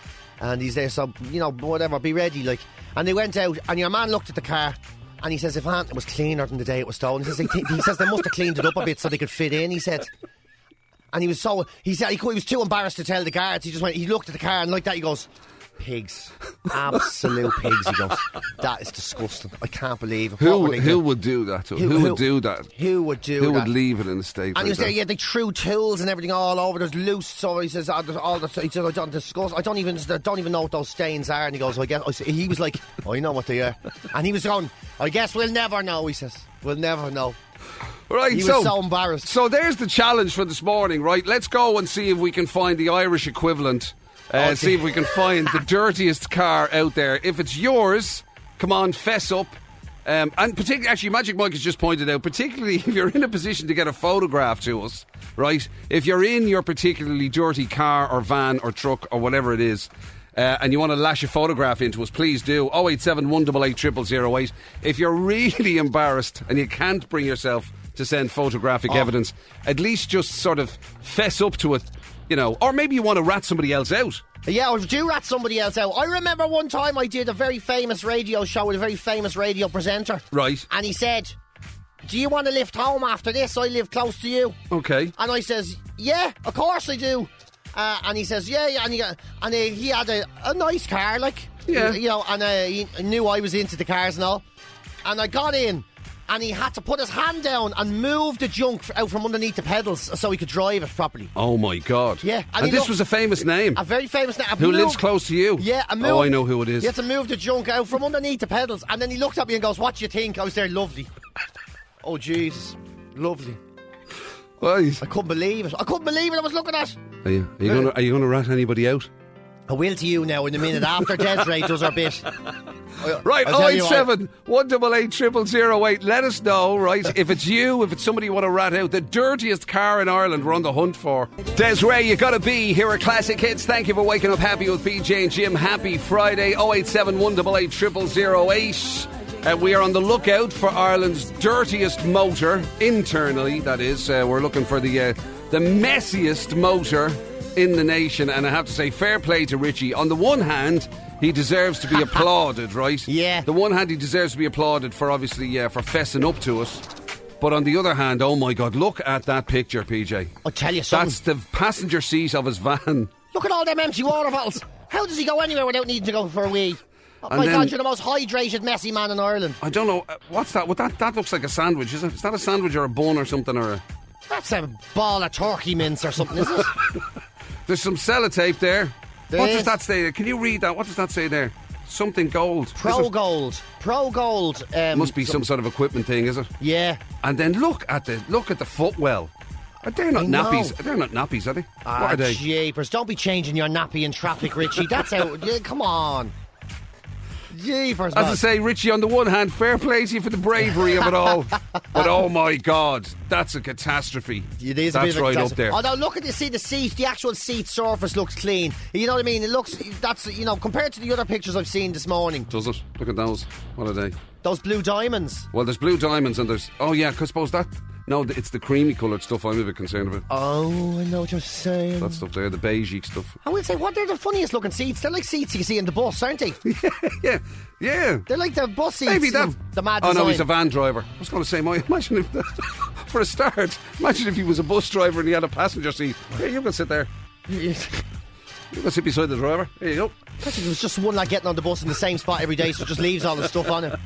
S2: And he's there, so you know, whatever, be ready, like. And they went out, and your man looked at the car, and he says, "If Aunt, it was cleaner than the day it was stolen." He says, they thi- "He says they must have cleaned it up a bit so they could fit in." He said. And he was so he said he, cou- he was too embarrassed to tell the guards. He just went. He looked at the car and like that. He goes, "Pigs, absolute pigs." He goes, "That is disgusting. I can't believe it." What
S1: Who
S2: were they
S1: who
S2: doing?
S1: would do that? To, who, would do that?
S2: Who would do
S1: Who
S2: that?
S1: would leave it in a state?
S2: And
S1: like
S2: he was there,
S1: that?
S2: yeah, they threw tools and everything all over. There's loose, so he says, "Oh, there's all the, he says, I don't discuss, I don't even, I don't even know what those stains are. And he goes, I guess, I s he was like, I know what they are. And he was going, I guess we'll never know, he says. We'll never know.
S1: Right,
S2: He was
S1: so,
S2: so embarrassed.
S1: So there's the challenge for this morning, right? Let's go and see if we can find the Irish equivalent. Uh,
S2: Oh,
S1: see if we can find the dirtiest car out there. If it's yours, come on, fess up. Um, and particularly, actually, Magic Mike has just pointed out, particularly if you're in a position to get a photograph to us, right? If you're in your particularly dirty car or van or truck or whatever it is, uh, and you want to lash a photograph into us, please do. 087 188 0008. If you're really embarrassed and you can't bring yourself to send photographic evidence, at least just sort of fess up to it, you know. Or maybe you want to rat somebody else out.
S2: Yeah, or do rat somebody else out. I remember one time I did a very famous radio show with a very famous radio presenter.
S1: Right.
S2: And he said, Do you want to lift home after this? I live close to you.
S1: Okay.
S2: And I says, Yeah, of course I do. Uh, and he says, Yeah, yeah. And he, got- and he, he had a, a nice car, like,
S1: Yeah.
S2: you, you know, and uh, he knew I was into the cars and all. And I got in. And he had to put his hand down and move the junk out from underneath the pedals so he could drive it properly.
S1: Oh my God.
S2: Yeah, I
S1: And Uh,
S2: mean,
S1: this
S2: look-
S1: was a famous name.
S2: A very famous now.
S1: Who lives close to you?
S2: Yeah, a move.
S1: Oh, I know who it is.
S2: You had to move the junk out from underneath the pedals, and then he looked at me and goes, "What do you think?" I was there, lovely. oh Jesus, lovely!
S1: Right.
S2: I couldn't believe it. I couldn't believe it. I was looking at.
S1: Are you, are you gonna are you gonna rat anybody out?
S2: I will to you now in a minute after Desiree does her bit.
S1: Right, oh,
S2: I'll tell you
S1: 087 188 0008. Let us know, right, if it's you, if it's somebody you want to rat out, the dirtiest car in Ireland we're on the hunt for. Desiree, you gotta be here at Classic Hits. Thank you for waking up happy with BJ and Jim. Happy Friday, 087 188 0008. Uh, we are on the lookout for Ireland's dirtiest motor, internally, that is. Uh, we're looking for the, uh, the messiest motor in the nation, and I have to say, fair play to Richie. On the one hand, he deserves to be applauded, right?
S2: Yeah.
S1: The one hand, he deserves to be applauded for obviously, yeah, for fessing up to us. But on the other hand, oh my God, look at that picture, PJ.
S2: I tell you something.
S1: That's the passenger seat of his van.
S2: Look at all them empty water bottles. How does he go anywhere without needing to go for a wee? Oh,
S1: And
S2: my
S1: then-
S2: God, you're the most hydrated, messy man in Ireland.
S1: I don't know uh, what's that. What that that looks like a sandwich, isn't it? Is that a sandwich or a bun or something? Or a,
S2: That's a ball of turkey mince or something, is it?
S1: there's some sellotape there.
S2: There
S1: what does
S2: is.
S1: that say? there? Can you read that? What does that say there? Something gold. This
S2: Pro
S1: is-
S2: gold, pro gold. Um,
S1: Must be some sort of equipment thing, is it?
S2: Yeah,
S1: And then look at the look at the footwell. Uh, They're not
S2: I know.
S1: nappies. They're not nappies, are they? what
S2: Ah,
S1: are they?
S2: jeepers. Don't be changing your nappy in traffic, Richie. That's how. yeah, come on. Jeepers.
S1: As I
S2: man.
S1: say, Richie, on the one hand, fair play to you for the bravery of it all, but oh my God, that's a catastrophe.
S2: It is a
S1: that's
S2: bit of a
S1: right up
S2: disaster.
S1: there.
S2: Although, look at the see the seat, the actual seat surface looks clean. You know what I mean? It looks that's you know compared to the other pictures I've seen this morning.
S1: Does it? Look at those. What are they?
S2: Those blue diamonds.
S1: Well, there's blue diamonds and there's oh yeah, 'cause I suppose that no, th- it's the creamy coloured stuff. I'm a bit concerned about
S2: Oh, I know what you're saying.
S1: that stuff there, the beigey stuff.
S2: I will say, what they're the funniest looking seats. They're like seats you see in the bus, aren't they?
S1: yeah, yeah.
S2: They're like the bus seats.
S1: Maybe
S2: you
S1: that.
S2: know, the mad.
S1: oh no,
S2: design.
S1: he's a van driver. I was going to say, my imagine if that, for a start, imagine if he was a bus driver and he had a passenger seat. Yeah, you can sit there. You can sit beside the driver. There you go.
S2: It was just one like getting on the bus in the same spot every day, so it just leaves all the stuff on it.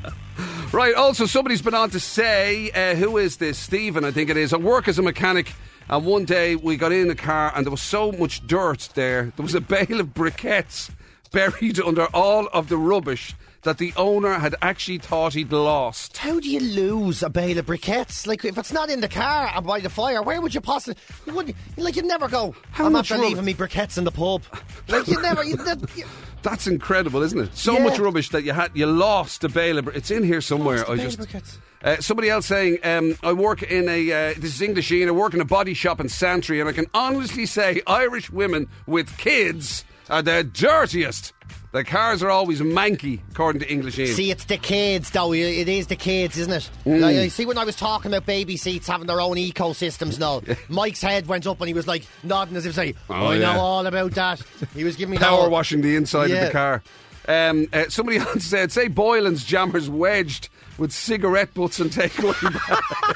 S1: Right. Also, somebody's been on to say, uh, who is this? Stephen, I think it is. I work as a mechanic. And one day we got in the car and there was so much dirt there. There was a bale of briquettes buried under all of the rubbish that the owner had actually thought he'd lost.
S2: How do you lose a bale of briquettes? Like if it's not in the car and by the fire, where would you possibly? You would like you'd never go.
S1: How
S2: I'm
S1: much
S2: after
S1: rub-
S2: leaving me briquettes in the pub. Like you never. You, that, you,
S1: That's incredible, isn't it? So
S2: Yeah.
S1: much rubbish that you had you lost a bail. of- It's in here somewhere.
S2: Lost a
S1: I
S2: bale
S1: just.
S2: of briquettes.
S1: Uh, somebody else saying, um, I work in a, uh, this is English, Ian, I work in a body shop in Santry, and I can honestly say Irish women with kids are the dirtiest. The cars are always manky, according to English Ian.
S2: see, it's the kids though. You- It is the kids, isn't it?
S1: Mm.
S2: Like, you see, when I was talking about baby seats having their own ecosystems and all, Mike's head went up and he was like nodding as if saying,
S1: Oh,
S2: "I
S1: yeah.
S2: know all about that." He was giving me the
S1: Power
S2: whole-
S1: washing the inside of
S2: Yeah.
S1: the car. Um, uh, somebody else said, say Boylan's jammers wedged with cigarette butts and takeaway bags.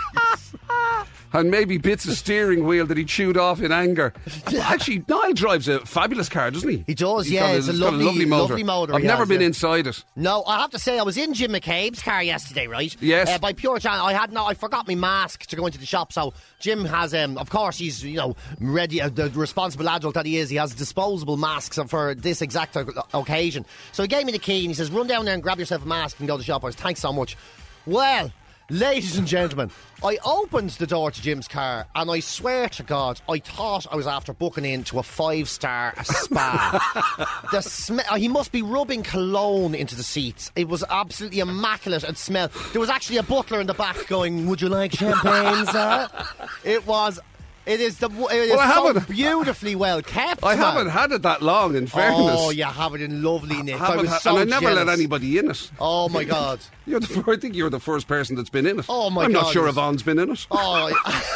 S1: And maybe bits of steering wheel that he chewed off in anger. Well, actually, Niall drives a fabulous car, doesn't he?
S2: He does,
S1: He's
S2: yeah,
S1: got
S2: it's a
S1: he's
S2: lovely- lovely motor
S1: I've
S2: he
S1: never
S2: has,
S1: been
S2: yeah.
S1: inside it.
S2: No, I have to say I was in Jim McCabe's car yesterday, right?
S1: Yes.
S2: Uh, by pure chance, I had no, I forgot my mask to go into the shop. So Jim has, um, of course, he's you know ready, uh, the responsible adult that he is. He has disposable masks for this exact o- occasion. So he gave me the key and he says, "Run down there and grab yourself a mask and go to the shop." I was, "Thanks so much." Well. Ladies and gentlemen, I opened the door to Jim's car and I swear to God, I thought I was after booking into a five star spa. the smell, he must be rubbing cologne into the seats. It was absolutely immaculate and smell. There was actually a butler in the back going, Would you like champagne, sir? It was. It is the. It is
S1: Well, I
S2: so
S1: haven't-
S2: beautifully well kept.
S1: I
S2: man.
S1: haven't had it that long, in fairness.
S2: Oh, you have it in lovely nick. I
S1: Haven't
S2: was
S1: ha-
S2: so
S1: and I never let
S2: jealous.
S1: anybody in it.
S2: Oh my god.
S1: You're the, fir- I think you're the first person that's been in it.
S2: Oh, my
S1: I'm not
S2: God,
S1: sure
S2: yes.
S1: Yvonne's been in it.
S2: Oh. I-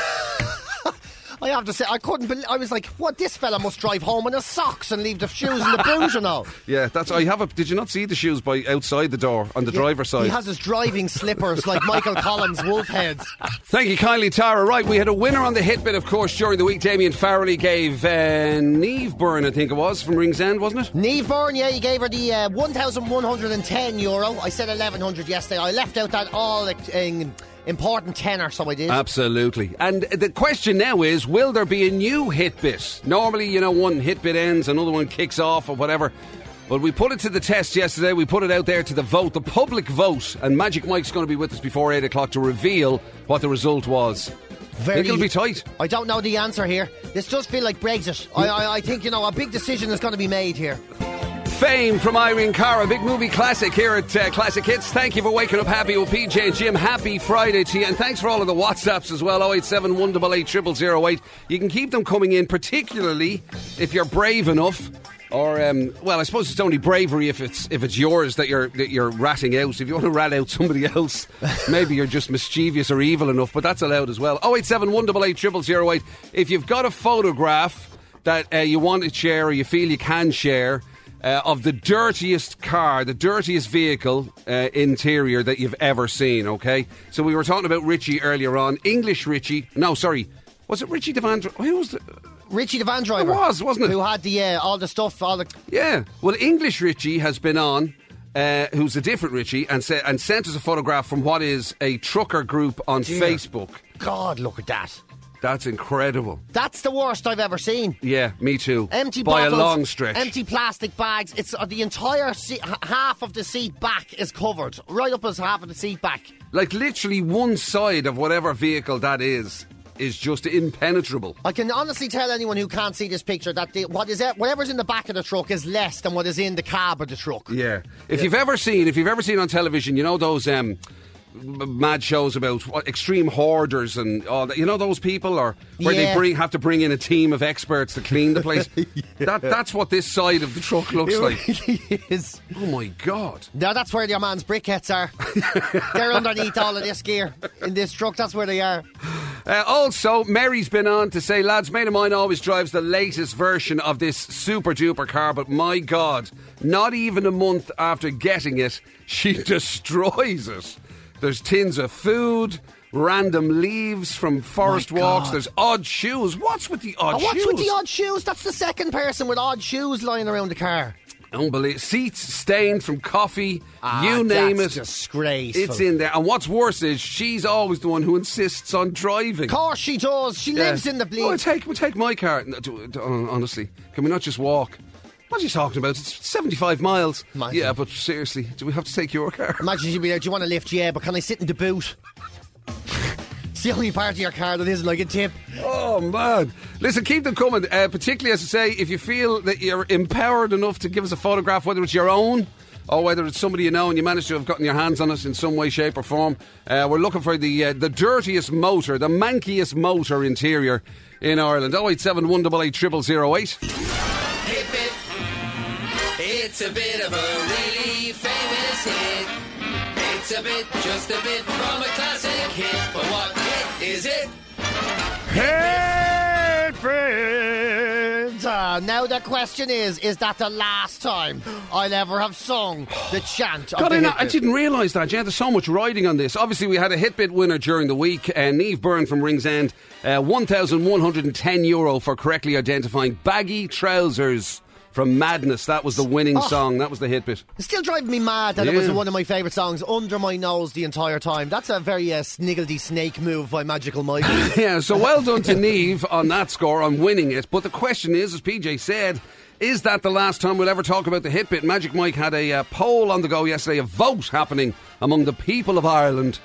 S2: I have to say, I couldn't believe. I was like, "What? This fella must drive home in his socks and leave the shoes in the boot, you know."
S1: Yeah, that's. I have a. Did you not see the shoes by outside the door on the driver's side?
S2: He has his driving slippers like Michael Collins' wolf heads.
S1: Thank you kindly, Tara. Right, we had a winner on the hit bit, of course, during the week. Damien Farrelly gave uh, Neve Byrne, I think it was, from Rings End, wasn't it?
S2: Neve Byrne, yeah, he gave her the uh, 1,110 euro. I said 1,100 yesterday. I left out that all um, important tenor, so I did.
S1: Uh, Absolutely. And the question now is will there be a new hit bit? Normally, you know, one hit bit ends, another one kicks off, or whatever. But we put it to the test yesterday. We put it out there to the vote, the public vote. And Magic Mike's going to be with us before 8 o'clock to reveal what the result was.
S2: Very-
S1: It'll be tight.
S2: I don't know the answer here. This does feel like Brexit. I, I, I think, you know, a big decision is going to be made here.
S1: Fame from Irene Cara, big movie classic here at uh, Classic Hits. Thank you for waking up happy with PJ and Jim. Happy Friday to you, and thanks for all of the WhatsApps as well. 087 188 0008. You can keep them coming in, particularly if you're brave enough. Or um, well, I suppose it's only bravery if it's if it's yours that you're that you're ratting out. If you want to rat out somebody else, maybe you're just mischievous or evil enough, but that's allowed as well. 087 188 0008. If you've got a photograph that uh, you want to share or you feel you can share uh, of the dirtiest car, the dirtiest vehicle uh, interior that you've ever seen, okay? So we were talking about Richie earlier on. English Richie. No, sorry. Was it Richie Devandro? Who was the.
S2: Richie the van driver.
S1: It was, wasn't it?
S2: Who had the uh, all the stuff, all the.
S1: Yeah. Well, English Richie has been on. Uh, who's a different Richie and, sa- and sent us a photograph from what is a trucker group on Facebook.
S2: God, look at that.
S1: That's incredible.
S2: That's the worst I've ever seen.
S1: Yeah, me too.
S2: Empty
S1: by
S2: bottles,
S1: a long stretch.
S2: Empty plastic bags. It's uh, the entire seat, h- half of the seat back is covered, right up as half of the seat back.
S1: Like literally one side of whatever vehicle that is is just impenetrable.
S2: I can honestly tell anyone who can't see this picture that the, what is it, whatever's in the back of the truck is less than what is in the cab of the truck.
S1: Yeah. If you've ever seen, if you've ever seen on television, you know those um, m- mad shows about what, extreme hoarders and all that. You know those people, or where
S2: Yeah.
S1: they bring have to bring in a team of experts to clean the place. That that's what this side of the truck looks like.
S2: is.
S1: Oh my god.
S2: Now that's where your man's briquettes are. They're underneath all of this gear in this truck. That's where they are.
S1: Uh, also, Mary's been on to say, lads, mate of mine always drives the latest version of this super duper car, but my God, not even a month after getting it, she destroys it. There's tins of food, random leaves from forest
S2: My
S1: walks,
S2: God.
S1: there's odd shoes. What's with the odd
S2: And what's
S1: shoes?
S2: with the odd shoes? That's the second person with odd shoes lying around the car.
S1: Unbelievable. Seats stained from coffee,
S2: Ah,
S1: you name
S2: that's
S1: it.
S2: disgraceful.
S1: It's in there. And what's worse is she's always the one who insists on driving.
S2: Of course she does. She
S1: Yeah.
S2: lives in the
S1: Oh,
S2: bleed.
S1: take, well, take my car. No, do- do- Honestly, can we not just walk? What are you talking about? It's 75 miles.
S2: My
S1: yeah,
S2: God.
S1: but seriously, do we have to take your car?
S2: Imagine she'd be there. Do you want to lift? Yeah, but can I sit in the boot? it's the only part of your car that isn't like a tip.
S1: Oh, man. Listen, keep them coming. Uh, particularly, as I say, if you feel that you're empowered enough to give us a photograph, whether it's your own or whether it's somebody you know and you managed to have gotten your hands on us in some way, shape, or form, uh, we're looking for the uh, the dirtiest motor, the mankiest motor interior in Ireland. 087 188 0008.
S3: Hip it. It's a bit of a really famous hit. It's a bit, just a bit from a classic hit. But what hit is it?
S2: Hey, friends! Ah, now the question is: Is that the last time I'll ever have sung the chant? of
S1: God,
S2: the
S1: I, know-
S2: hit
S1: I
S2: bit?
S1: didn't realise that. Yeah, there's so much riding on this. Obviously, we had a hit bit winner during the week, uh, Neve Byrne from Ringsend, uh, 1,110 euro for correctly identifying baggy trousers from Madness. That was the winning
S2: Oh.
S1: song. That was the hit bit.
S2: It's still driving me mad that it was
S1: Yeah.
S2: one of my favourite songs under my nose the entire time. That's a very uh, sniggledy snake move by Magical Mike.
S1: Yeah, so well done to Neve on that score on winning it. But the question is, as PJ said, is that the last time we'll ever talk about the hit bit? Magic Mike had a uh, poll on the go yesterday, a vote happening among the people of Ireland,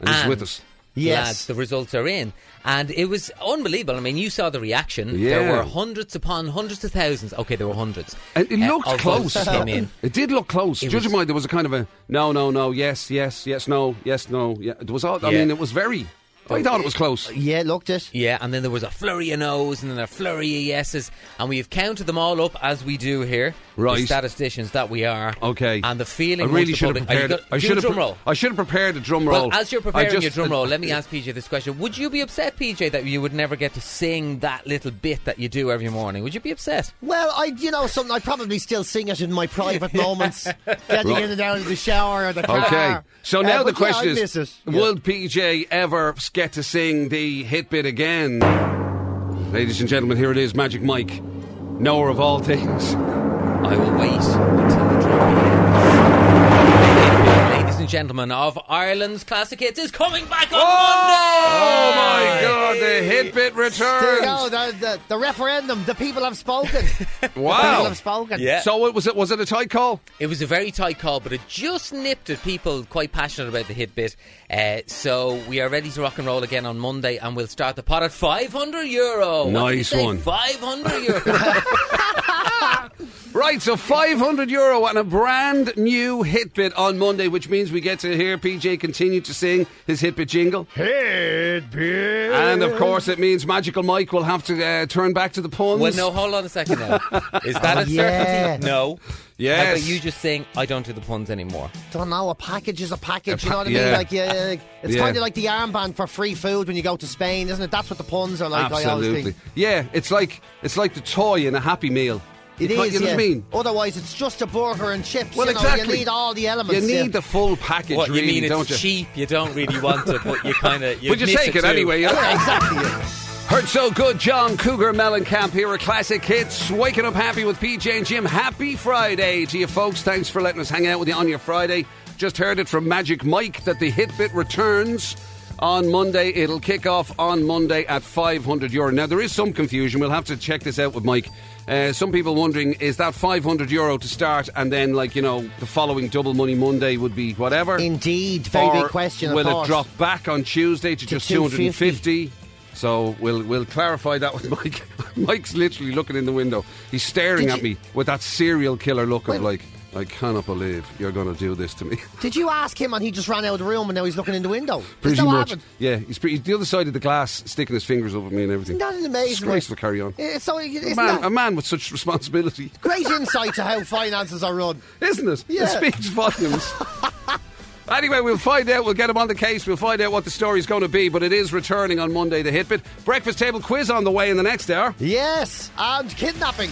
S1: and he's
S5: And-
S1: with us.
S5: lads, the results are in. And it was unbelievable. I mean, you saw the reaction.
S1: Yeah.
S5: There were hundreds upon hundreds of thousands. Okay, there were hundreds.
S1: It, it
S5: uh,
S1: looked
S5: of votes
S1: close.
S5: Came in.
S1: It did look close.
S5: It
S1: Judging
S5: was-
S1: by there was a kind of a no, no, no, yes, yes, yes, no, yes, no. Yeah, it was all. I
S5: Yeah.
S1: mean, it was very. I thought it was close.
S2: Yeah, looked it.
S5: Yeah, and then there was a flurry of no's and then a flurry of yeses, and we've counted them all up as we do here.
S1: Right.
S5: The statisticians that we are.
S1: Okay.
S5: And the feeling.
S1: I really
S5: once the
S1: should have
S5: public- Are you
S1: prepared.
S5: go-
S1: I
S5: do
S1: should
S5: a
S1: have.
S5: drum
S1: pre-
S5: roll.
S1: I should have prepared a drum roll.
S5: Well, as you're
S1: I
S5: preparing
S1: just-
S5: your drum roll, let me ask PJ this question: Would you be upset, PJ, that you would never get to sing that little bit that you do every morning? Would you be upset?
S2: Well, I, you know, something I probably still sing it in my private moments, getting
S1: Right.
S2: in and out of the shower or the car.
S5: Ah.
S1: Okay. So
S2: Uh,
S1: now the
S2: but yeah,
S1: question
S2: I miss it.
S1: is Will PJ ever get to sing the hit bit again? Ladies and gentlemen, here it is Magic Mike, knower of all
S5: Oh,
S1: things.
S5: I will wait until the drum roll. Ladies and gentlemen of Ireland's Classic Hits is coming back on
S1: Oh
S5: Monday.
S1: my god, the hit bit
S2: There you go,
S1: returns.
S2: the, the, the referendum, the people have spoken. The people
S1: Wow.
S2: have spoken.
S5: Yeah.
S1: So it was it was it a tight call?
S5: It was a very tight call, but it just nipped at people quite passionate about the hit bit. Uh, so we are ready to rock and roll again on Monday, and we'll start the pot at 500 euro. What did you
S1: Nice
S5: say?
S1: one.
S5: 500 euro.
S1: Right, so 500 euro and a brand new hit bit on Monday, which means we get to hear PJ continue to sing his hit bit jingle.
S2: Hit bit.
S1: And of course, it means Magical Mike will have to uh, turn back to the puns.
S5: well, no, hold on a second now. Is that a certainty?
S2: Yeah.
S5: No. How
S1: Yes.
S5: about you just saying, I don't do the puns anymore?
S2: don't know, a package is a package, you know what I
S1: yeah.
S2: mean? Like, yeah, yeah, like, it's
S1: Yeah.
S2: kind of like the armband for free food when you go to Spain, isn't it? That's what the puns are like, I always
S1: Absolutely.
S2: think.
S1: Yeah, it's like it's like the toy in a Happy Meal.
S2: It
S1: you ca-
S2: is,
S1: You know
S2: yeah.
S1: what I mean?
S2: Otherwise, it's just a burger and chips.
S1: Well,
S2: you know,
S1: exactly.
S2: You need all the
S1: You
S2: elements.
S1: need
S2: yeah.
S1: the full package,
S5: What,
S1: really,
S5: you mean
S1: don't
S5: it's
S1: you?
S5: cheap, you don't really want it, but you kind of...
S1: But you take it anyway. You know?
S2: Yeah, exactly. yeah.
S1: Heard so good, John Cougar Mellencamp here at Classic Hits. Waking up happy with PJ and Jim. Happy Friday to you folks. Thanks for letting us hang out with you on your Friday. Just heard it from Magic Mike that the hit bit returns on Monday. It'll kick off on Monday at 500 euro. Now, there is some confusion. We'll have to check this out with Mike. Uh, some people wondering, is that 500 euro to start and then, like, you know, the following double money Monday would be whatever?
S2: Indeed, very
S1: Or
S2: big question. of
S1: Will it
S2: course.
S1: drop back on Tuesday to, just 250?
S2: 250?
S1: So we'll we'll clarify that with Mike. Mike's literally looking in the window. He's staring
S2: Did
S1: at
S2: you-
S1: me with that serial killer look of
S2: Wait.
S1: like, I cannot believe you're going to do this to me.
S2: Did you ask him and he just ran out of the room and now he's looking in the window?
S1: Pretty
S2: Is that what
S1: much.
S2: happened?
S1: Yeah, he's pretty, the other side of the glass, sticking his fingers up at me and everything.
S2: Isn't that an amazing
S1: Disgraceful. Carry on.
S2: It's so,
S1: A
S2: isn't
S1: man,
S2: that
S1: a man with such responsibility,
S2: great insight to how finances are run?
S1: isn't it?
S2: Yeah.
S1: It speaks volumes. Anyway, we'll find out. We'll get him on the case. We'll find out what the story's going to be. But it is returning on Monday, the Hitbit. Breakfast table quiz on the way in the next hour.
S2: Yes, and kidnapping.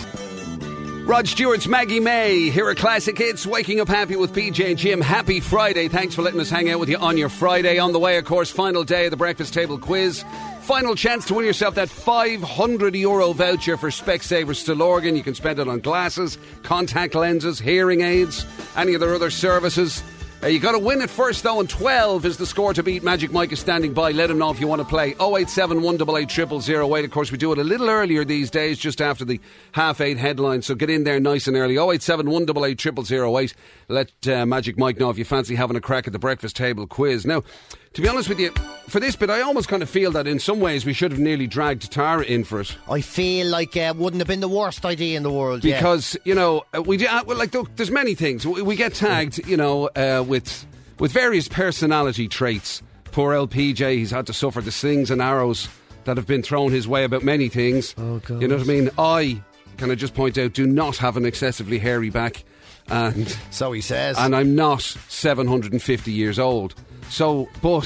S1: Rod Stewart's Maggie May here at Classic Hits, waking up happy with PJ and Jim. Happy Friday. Thanks for letting us hang out with you on your Friday. On the way, of course, final day of the breakfast table quiz. Final chance to win yourself that 500 euro voucher for Specsavers Stillorgan. You can spend it on glasses, contact lenses, hearing aids, any of their other services. Uh, you got to win it first, though, and 12 is the score to beat. Magic Mike is standing by. Let him know if you want to play. 087 188 008. Of course, we do it a little earlier these days, just after the half eight headline. So get in there nice and early. 087 188 008. Let uh, Magic Mike know if you fancy having a crack at the breakfast table quiz. Now, to be honest with you, for this bit, I almost kind of feel that in some ways we should have nearly dragged Tara in for it.
S2: I feel like uh, wouldn't have been the worst idea in the world. yeah.
S1: because you know uh, we do, uh, well, like look, there's many things we, we get tagged you know uh, with with various personality traits. Poor LPJ, he's had to suffer the slings and arrows that have been thrown his way about many things. Oh God! You know what I mean? I can I just point out, do not have an excessively hairy back, and
S2: So he says.
S1: and I'm not 750 years old. So, but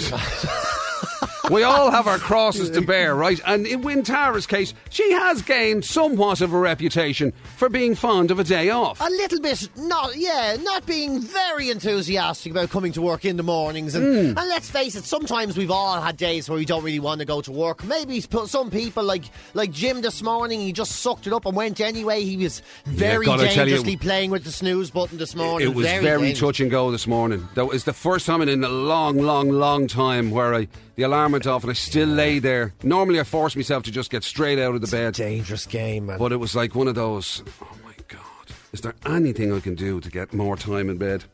S1: we all have our crosses to bear, right? And in Wintara's case, she has gained somewhat of a reputation for being fond of a day off.
S2: a little bit not yeah not being very enthusiastic about coming to work in the mornings and, and let's face it sometimes we've all had days where we don't really want to go to work maybe s- some people like like jim this morning he just sucked it up and went anyway he was very
S1: God, I tell you-
S2: dangerously playing with the snooze button this morning
S1: It was very,
S2: dangerous.
S1: touch and go this morning. That was the first time in a long, long, long time where I the alarm went off and I still lay there. Normally, I force myself to just get straight out of the bed.
S2: dangerous game man
S1: But it was like one of those. Oh my god! Is there anything I can do to get more time in bed?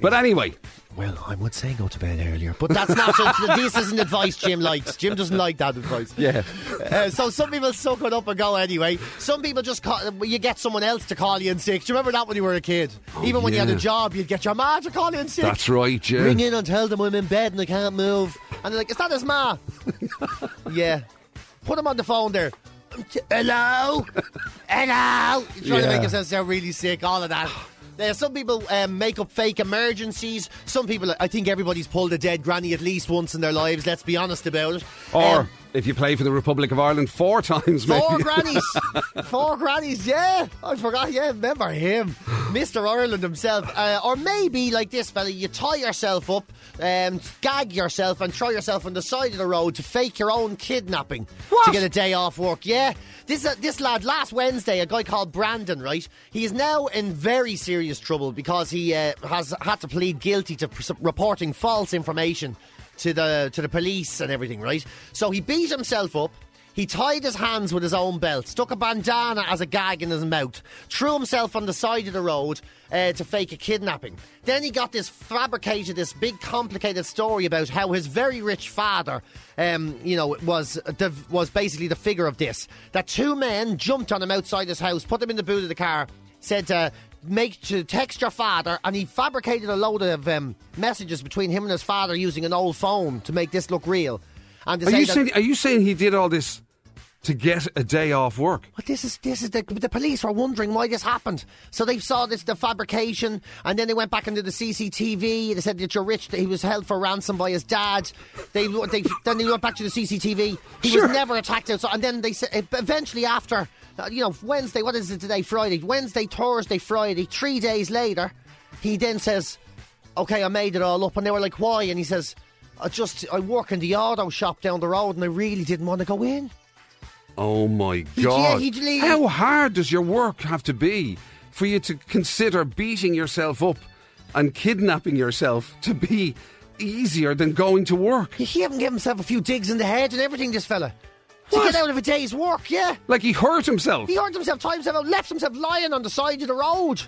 S1: But anyway,
S2: well i would say go to bed earlier but that's not this isn't advice jim likes jim doesn't like that advice
S1: yeah.
S2: Uh, so some people suck it up and go anyway. Some people just call, you get someone else to call you in sick. Do you remember that when you were a kid? Even when you had
S1: yeah.
S2: a job, you'd get your ma to call you in sick.
S1: That's right, yeah.
S2: Ring in and tell them I'm in bed and I can't move. And they're like, is that his ma? yeah. Put him on the phone there. Hello? Hello? You're trying to
S1: Yeah.
S2: make us sound really sick, all of that. Now, some people um, make up fake emergencies. Some people, I think everybody's pulled a dead granny at least once in their lives, let's be honest about it.
S1: Or
S2: Um,
S1: if you play for the Republic of Ireland four times,
S2: Four
S1: maybe.
S2: grannies. Four grannies, yeah. I forgot, yeah, remember him. Mr. Ireland himself. Uh, or maybe, like this fella, you tie yourself up, um, gag yourself, and throw yourself on the side of the road to fake your own kidnapping
S4: What?
S2: to get a day off work, yeah. This, uh, this lad, last Wednesday, a guy called Brandon, right? He is now in very serious trouble because he uh, has had to plead guilty to pres- reporting false information to the to the police and everything, right? So he beat himself up. He tied his hands with his own belt, stuck a bandana as a gag in his mouth, threw himself on the side of the road uh, to fake a kidnapping. Then he got this fabricated, this big complicated story about how his very rich father, um, you know, was the, was basically the figure of this. That two men jumped on him outside his house, put him in the boot of the car, said to make to text your father, and he fabricated a load of um, messages between him and his father using an old phone to make this look real. And to
S1: Are
S2: say
S1: you
S2: that-
S1: saying? Are you saying he did all this to get a day off work?
S2: But this is this is the the police were wondering why this happened. So they saw this the fabrication, and then they went back into the CCTV. They said that you're rich. That he was held for ransom by his dad. They, they then they went back to the CCTV. He
S1: Sure.
S2: was never attacked outside. And then they said e, eventually after uh, you know Wednesday. What is it today? Friday. Wednesday, Thursday, Friday. Three days later, he then says, "Okay, I made it all up." And they were like, "Why?" And he says. I just I work in the auto shop down the road, and I really didn't want to go in.
S1: Oh my
S2: yeah,
S1: god!
S2: he'd leave.
S1: How hard does your work have to be for you to consider beating yourself up and kidnapping yourself to be easier than going to work?
S2: He even gave himself a few digs in the head and everything, this fella. To
S1: What?
S2: get out of a day's work, yeah.
S1: Like he hurt himself.
S2: He hurt himself, tied himself out, left himself lying on the side of the road.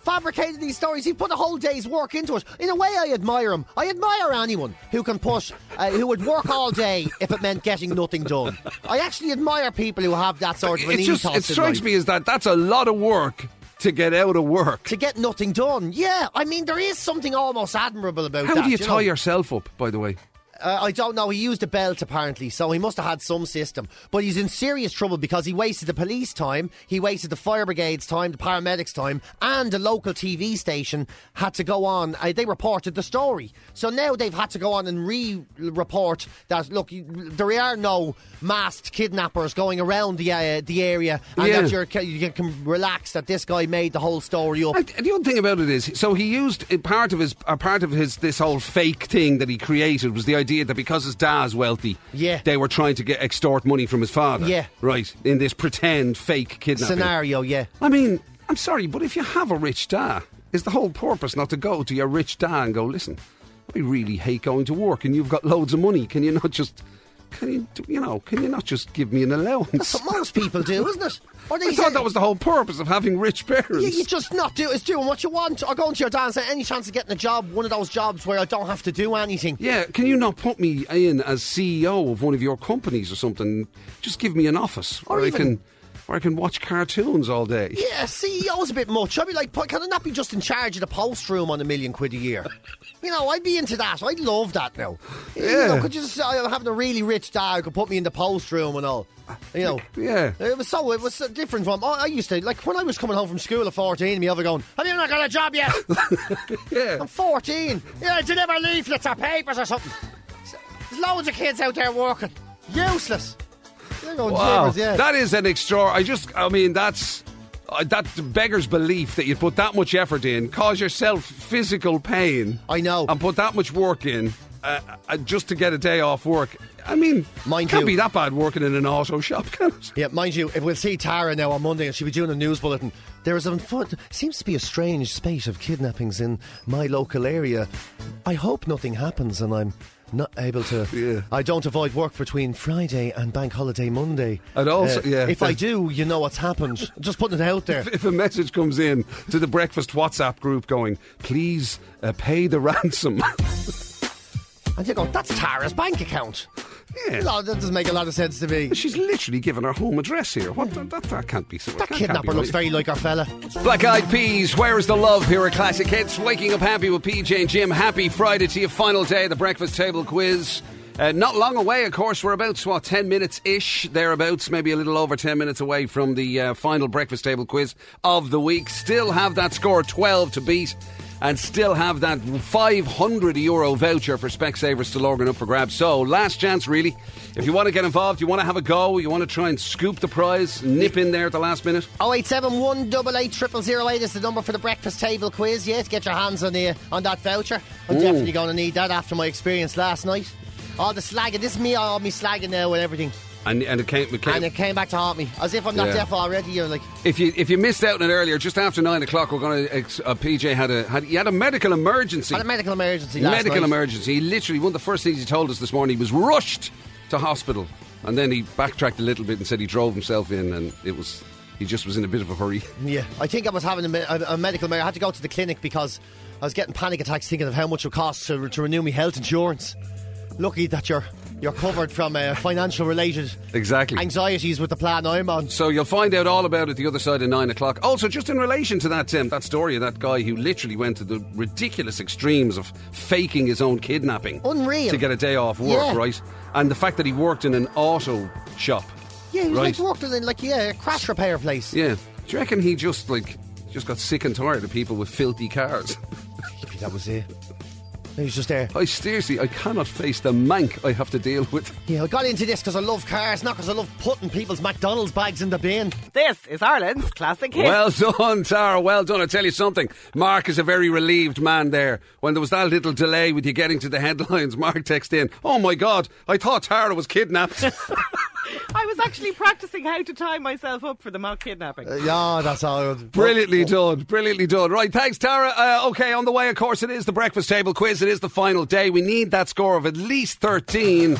S2: Fabricated these stories. He put a whole day's work into it. In a way, I admire him. I admire anyone who can push, uh, who would work all day if it meant getting nothing done. I actually admire people who have that sort of an
S1: It just
S2: ethos
S1: it
S2: in
S1: strikes
S2: life.
S1: me as that that's a lot of work to get out of work.
S2: to get nothing done. Yeah, I mean, there is something almost admirable about
S1: How
S2: that.
S1: do you
S2: you
S1: tie
S2: know?
S1: yourself up, by the way?
S2: Uh, I don't know. He used a belt apparently, so he must have had some system. But he's in serious trouble because he wasted the police time, he wasted the fire brigade's time, the paramedics' time, and the local TV station had to go on. Uh, they reported the story, so now they've had to go on and re-report that. Look, you- there are no masked kidnappers going around the uh, the area, and
S1: Yeah.
S2: that you're, ca- you can relax that this guy made the whole story up.
S1: I, the other thing about it is, so he used a part of his, a part of his, this whole fake thing that he created was the idea that because his dad's wealthy,
S2: Yeah.
S1: they were trying to get extort money from his father,
S2: Yeah.
S1: right, in this pretend fake kidnapping
S2: Scenario, yeah.
S1: I mean, I'm sorry, but if you have a rich dad, is the whole purpose not to go to your rich dad and go, listen, I really hate going to work, and you've got loads of money. Can you not just, can you, do- you know, can you not just give me an allowance?
S2: That's what most people do, isn't it? Or they
S1: I
S2: say-
S1: thought that was the whole purpose of having rich parents.
S2: You, you just not do it's doing what you want. Or going to your dad and saying, any chance of getting a job, one of those jobs where I don't have to do anything.
S1: Yeah, can you not put me in as CEO of one of your companies or something? Just give me an office
S2: Or
S1: where I
S2: even-
S1: can where I can watch cartoons all day.
S2: Yeah, CEO's a bit much. I'd be like, "But can I not be just in charge of the post room on a million quid a year? You know, I'd be into that. I'd love that now. You
S1: Yeah.
S2: know, could you just, "Oh, I'm having a really rich dad who could put me in the post room and all. You know.
S1: Yeah.
S2: It was so, it was a different one. I I used to, like, when I was coming home from school at 14, me other going, have you not got a job yet?
S1: Yeah.
S2: I'm 14. Yeah, deliver leaflets or papers or something. There's loads of kids out there working. Useless. They're going
S1: Wow.
S2: jibbers, yeah.
S1: That is an extra. I just, I mean, that's. Uh, that beggars belief that you put that much effort in, cause yourself physical pain.
S2: I know.
S1: And put that much work in uh, uh, just to get a day off work. I mean,
S2: Mind
S1: can't
S2: you-
S1: be that bad working in an auto shop, can it?
S2: yeah, mind you, if we'll see Tara now on Monday and she'll be doing a news bulletin. There is a foot seems to be a strange spate of kidnappings in my local area. I hope nothing happens and I'm not able to
S1: Yeah.
S2: I don't avoid work between Friday and bank holiday Monday. Uh,
S1: And also- yeah.
S2: If I do, you know what's happened. Just putting it out there.
S1: if a message comes in to the breakfast WhatsApp group going, please uh, pay the ransom.
S2: And you go, that's Tara's bank account.
S1: Yeah.
S2: No, that doesn't make a lot of sense to me.
S1: She's literally given her home address here. What? That, that, that can't be so. can't-
S2: That
S1: can't be
S2: kidnapper looks
S1: right.
S2: very like our fella.
S1: Black Eyed Peas, Where is the Love? Here at Classic Hits. Waking up happy with PJ and Jim. Happy Friday to you. Final day of the breakfast table quiz. Uh, not long away, of course. We're about, what, 10 minutes ish, thereabouts, maybe a little over 10 minutes away from the uh, final breakfast table quiz of the week. Still have that score 12 to beat and still have that 500 euro voucher for Specsavers to Lorgan up for grabs. So, last chance, really. If you want to get involved, you want to have a go, you want to try and scoop the prize, nip in there at the last minute.
S2: Oh, 0871 888 is the number for the breakfast table quiz. Yes, get your hands on the on that voucher. I'm definitely going to need that after my experience last night. All the slagging, this is me, all me slagging now and everything.
S1: And, and it came, it came-
S2: And it came back to haunt me. As if I'm not
S1: Yeah.
S2: deaf already. You're like,
S1: If you if you missed out on it earlier, just after nine o'clock, we're going to. Ex- uh, PJ had a had, he had a medical emergency.
S2: I had a medical emergency last
S1: medical
S2: night.
S1: emergency. He literally one of the first things he told us this morning. He was rushed to hospital, and then he backtracked a little bit and said he drove himself in, and it was he just was in a bit of a hurry.
S2: Yeah, I think I was having a, me- a, a medical emergency. I had to go to the clinic because I was getting panic attacks thinking of how much it costs to, to renew my health insurance. Lucky that you're you're covered from uh, financial related
S1: Exactly.
S2: anxieties with the plan I'm on.
S1: So you'll find out all about it the other side of nine o'clock. Also, just in relation to that, Tim, that story of that guy who literally went to the ridiculous extremes of faking his own kidnapping,
S2: Unreal.
S1: to get a day off work,
S2: Yeah.
S1: right? And the fact that he worked in an auto shop,
S2: Yeah, he was
S1: right?
S2: like working in like yeah, a crash repair place.
S1: yeah. Do you reckon he just like just got sick and tired of people with filthy cars?
S2: Maybe that was it. He was just there.
S1: I seriously, I cannot face the mank I have to deal with.
S2: Yeah, I got into this because I love cars, not because I love putting people's McDonald's bags in the bin.
S4: This is Ireland's classic hit.
S1: Well done, Tara. Well done. I tell you something. Mark is a very relieved man there. When there was that little delay with you getting to the headlines, Mark texted in, Oh my God, I thought Tara was kidnapped.
S4: I was actually practicing how to tie myself up for the mock kidnapping.
S2: Uh, Yeah, that's all.
S1: Brilliantly done. Brilliantly done. Right, thanks, Tara. Uh, okay, on the way, of course, it is the breakfast table quiz. It is the final day. We need that score of at least 13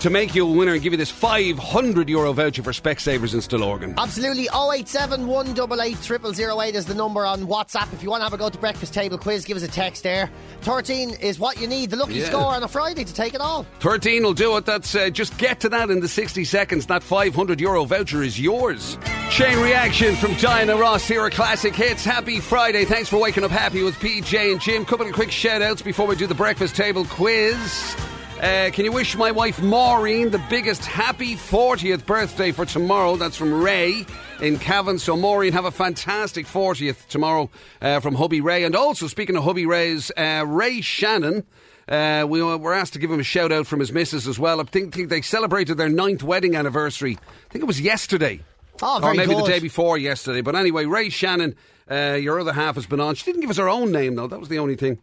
S1: to make you a winner and give you this 500 euro voucher for Specsavers in Stillorgan.
S2: Absolutely. 087 188 is the number on WhatsApp. If you want to have a go to breakfast table quiz, give us a text there. 13 is what you need. The lucky
S1: Yeah.
S2: score on a Friday to take it all.
S1: 13 will do it. That's uh, just get to that in the 60 seconds. That 500 euro voucher is yours. Chain reaction from Diana Ross here at Classic Hits. Happy Friday. Thanks for waking up happy with PJ and Jim. Couple of quick shout outs before we do the breakfast table quiz. Uh, can you wish my wife Maureen the biggest happy 40th birthday for tomorrow? That's from Ray in Cavan. So, Maureen, have a fantastic 40th tomorrow uh, from Hubby Ray. And also, speaking of Hubby Ray's, uh, Ray Shannon. Uh, we were were asked to give him a shout out from his missus as well. I think, think they celebrated their ninth wedding anniversary. I think it was yesterday.
S2: Oh,
S1: or
S2: very
S1: maybe the
S2: good.
S1: day before yesterday. But anyway, Ray Shannon, uh, your other half has been on. She didn't give us her own name though. That was the only thing.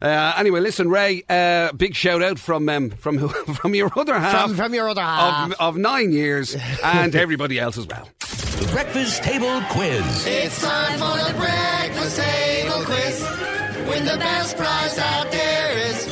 S1: Uh, anyway, listen, Ray. Uh, big shout out from um, from who, from your other half,
S2: From- from your other half.
S1: of, of nine years, and everybody else as well.
S6: The breakfast table quiz.
S3: It's time for the breakfast table quiz. Win the best prize out there is.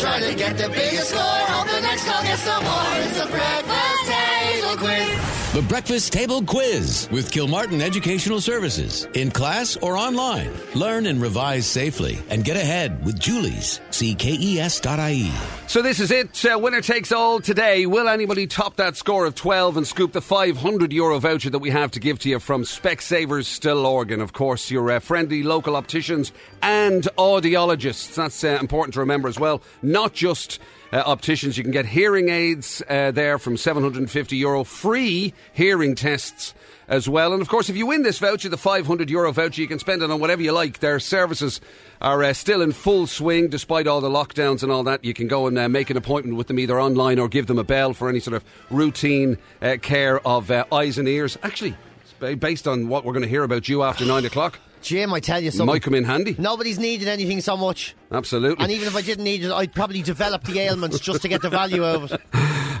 S3: Try to get the biggest score. Hope the next call gets some more. It's the breakfast table quiz.
S6: The breakfast table quiz with Kilmartin Educational Services. In class or online, learn and revise safely and get ahead with Julie's. E See KES.ie.
S1: So this is it. Uh, winner takes all today. Will anybody top that score of 12 and scoop the 500 euro voucher that we have to give to you from Specsavers Still Organ? Of course, your uh, friendly local opticians and audiologists. That's uh, important to remember as well. Not just uh, opticians. You can get hearing aids uh, there from 750 euro free hearing tests as well. And of course, if you win this voucher, the 500 euro voucher, you can spend it on whatever you like. Their services are uh, still in full swing despite all the lockdowns and all that. You can go and uh, make an appointment with them either online or give them a bell for any sort of routine uh, care of uh, eyes and ears. Actually, it's ba- based on what we're going to hear about you after nine o'clock,
S2: Jim, I tell you
S1: it
S2: something.
S1: might come in handy.
S2: Nobody's needed anything so much.
S1: Absolutely.
S2: And even if I didn't need it, I'd probably develop the ailments just to get the value out of it.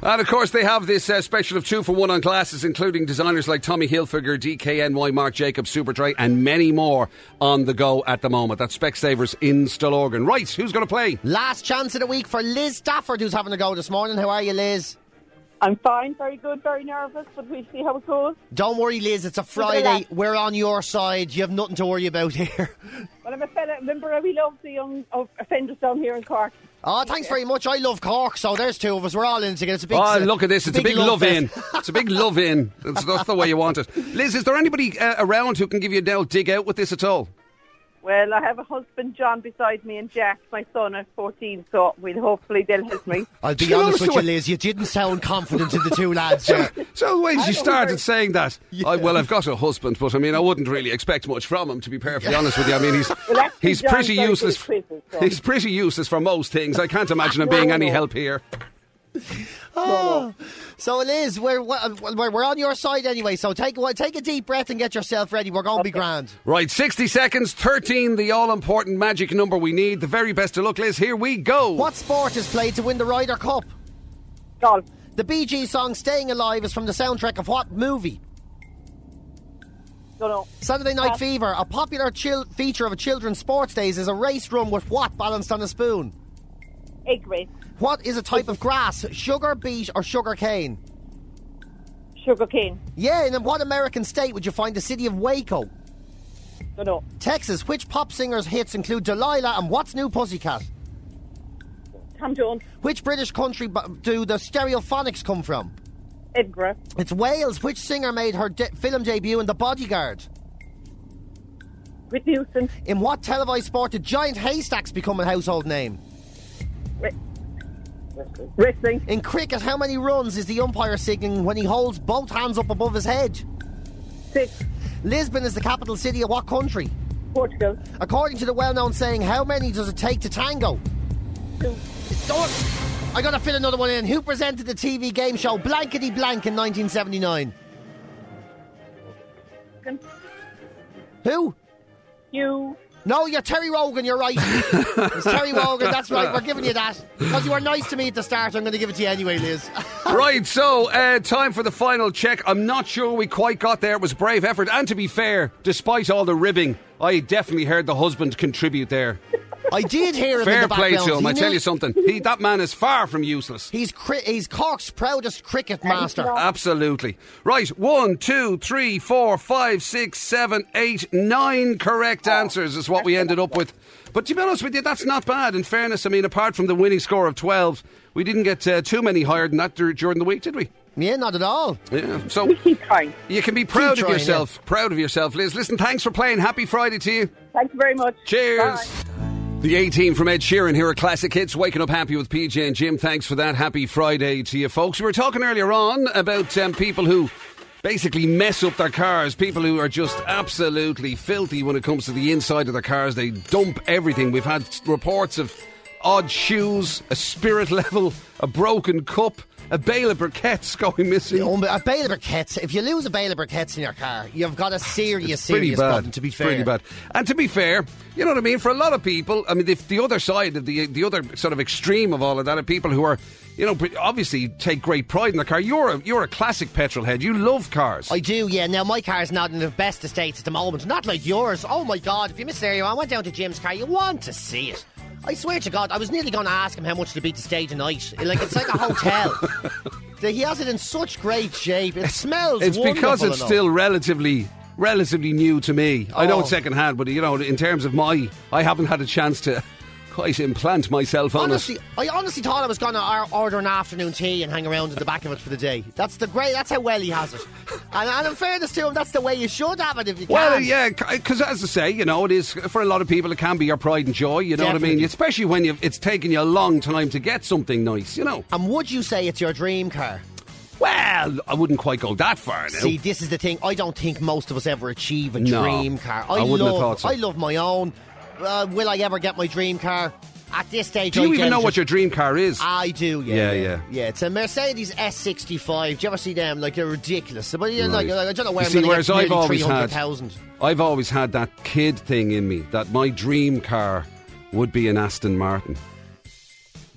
S1: And of course, they have this uh, special of two for one on glasses, including designers like Tommy Hilfiger, DKNY, Mark Jacobs, Superdry, and many more on the go at the moment. That's Specsavers in Stillorgan. Right, who's going to play?
S2: Last chance of the week for Liz Stafford, who's having a go this morning. How are you, Liz?
S7: I'm fine, very good, very nervous, but we'll see how it goes.
S2: Don't worry, Liz. It's a Friday. We're on your side. You have nothing to worry about here.
S7: Well, I'm a fella, remember, we love the young of- offenders down here in Cork.
S2: Oh, thanks very much. I love Cork, so there's two of us. We're all in together. It's a big.
S1: oh, look at this. It's a big, love, in.
S2: fest.
S1: It's a big love in. That's, that's the way you want it. Liz, is there anybody uh, around who can give you a Dell dig out with this at all?
S7: Well, I have a husband, John, beside me, and Jack, my son, at 14, so we'll hopefully they'll help me.
S2: I'll
S1: Do
S2: be
S1: you notice
S2: honest with
S1: the
S2: you,
S1: way-
S2: Liz. You didn't sound confident in the two lads there.
S1: So when she
S7: don't
S1: started
S7: worry.
S1: saying that, I, well, I've got a husband, but I mean, I wouldn't really expect much from him, to be perfectly honest with you. I mean, he's he's pretty
S7: actually, John's very good
S1: useless.
S7: at quizzes, so-
S1: He's pretty useless for most things. I can't imagine him being any help here.
S2: So, Liz, we're, we're we're on your side anyway. So take a- take a deep breath and get yourself ready. We're going to be grand.
S1: Right, 60 seconds, 13, the all important magic number we need. The very best of luck, Liz. Here we go.
S2: What sport is played to win the Ryder Cup?
S7: Golf,
S2: The Bee Gees song "Staying Alive" is from the soundtrack of what movie?
S7: don't know.
S2: Saturday Night Fever. A popular chil- feature of a children's sports days is a race run with what balanced on a spoon?
S7: Egg race,
S2: What is a type of grass? Sugar beet or sugar cane?
S7: sugar cane,
S2: Yeah, and in what American state would you find the city of Waco?
S7: don't know.
S2: Texas, which pop singer's hits include Delilah and What's New Pussycat?
S7: Tom Jones,
S2: Which British country bu- do the stereophonics come from?
S7: Edinburgh,
S2: It's Wales. Which singer made her de- film debut in The Bodyguard?
S7: Whitney Houston,
S2: In what televised sport did giant haystacks become a household name?
S7: re- wrestling,
S2: In cricket, how many runs is the umpire signaling when he holds both hands up above his head?
S7: six,
S2: Lisbon is the capital city of what country?
S7: Portugal,
S2: According to the well known saying, how many does it take to tango?
S7: two,
S2: Don't- I gotta fit another one in. Who presented the TV game show Blankety Blank in 1979? Who?
S7: you,
S2: No, you're Terry Rogan, you're right. it's Terry Rogan, that's right, we're giving you that. Because you were nice to me at the start, I'm going to give it to you anyway, Liz.
S1: Right, so uh, time for the final check. I'm not sure we quite got there. It was a brave effort. And to be fair, despite all the ribbing, I definitely heard the husband contribute there.
S2: I did hear him in
S1: Fair
S2: the
S1: play
S2: background.
S1: to him.
S2: He
S1: I tell
S2: knew-
S1: you something. He, that man is far from useless.
S2: He's, cri- he's Cork's proudest cricket master.
S1: Absolutely. Right, one, two, three, four, five, six, seven, eight, nine correct answers is what we ended up with. But to be honest with you, that's not bad. In fairness, I mean, apart from the winning score of 12, we didn't get uh, too many higher than that dur- during the week, did we?
S2: Yeah, not at all.
S1: Yeah. So
S7: we keep trying.
S1: you can be proud
S2: Keep
S1: of
S2: trying,
S1: yourself. Proud of yourself, Liz. Listen, thanks for playing. Happy Friday to you.
S7: Thank you very much.
S1: Cheers.
S7: Bye.
S1: The 18 from Ed Sheeran here at Classic Hits, waking up happy with PJ and Jim. Thanks for that. Happy Friday to you, folks. We were talking earlier on about um, people who basically mess up their cars, people who are just absolutely filthy when it comes to the inside of their cars. They dump everything. We've had reports of odd shoes, a spirit level, a broken cup, a bale of briquettes going missing.
S2: Um, A bale of briquettes. If you lose a bale of briquettes in your car, you've got a serious,
S1: pretty
S2: serious
S1: bad.
S2: problem. To be
S1: It's
S2: fair,
S1: pretty bad. And to be fair, you know what I mean. For a lot of people, I mean, the, the other side of the the other sort of extreme of all of that are people who are, you know, pre- obviously take great pride in the car. You're a you're a classic petrol head. You love cars.
S2: I do, yeah. Now my car's not in the best estates at the moment. Not like yours. Oh my God! If you miss stereo, I went down to Jim's car. You want to see it? I swear to God, I was nearly going to ask him how much to beat to stay tonight. Like it's like a hotel. he has it in such great shape. It smells.
S1: it's because
S2: wonderful
S1: it's
S2: enough.
S1: still relatively. Relatively new to me. I know
S2: Oh.
S1: it's secondhand, but you know, in terms of my, I haven't had a chance to quite implant myself on
S2: Honestly,
S1: it.
S2: I honestly thought I was going to order an afternoon tea and hang around at the back of it for the day. That's the great. That's how well he has it. And, and in fairness to him, that's the way you should have it if you
S1: Well,
S2: can.
S1: yeah, because as I say, you know, it is uh, for a lot of people. It can be your pride and joy. You know what I mean?
S2: Definitely.
S1: Especially when you've, it's taken you a long time to get something nice. You know.
S2: And would you say it's your dream car?
S1: Well, I wouldn't quite go that far now.
S2: See, this is the thing. I don't think most of us ever achieve a
S1: No,
S2: dream car.
S1: I wouldn't have
S2: love,
S1: thought so.
S2: I love my own. Uh, will I ever get my dream car? At this stage,
S1: Do you
S2: I
S1: even know
S2: just-
S1: what your dream car is?
S2: I do,
S1: Yeah,
S2: yeah.
S1: yeah.
S2: yeah. it's a Mercedes S65. Do you ever see them? Like, they're ridiculous. But you know,
S1: Right.
S2: you're like, I don't know where
S1: You
S2: I'm
S1: see,
S2: gonna
S1: whereas
S2: get
S1: I've
S2: nearly
S1: always had,
S2: 300,000.
S1: I've always had that kid thing in me that my dream car would be an Aston Martin.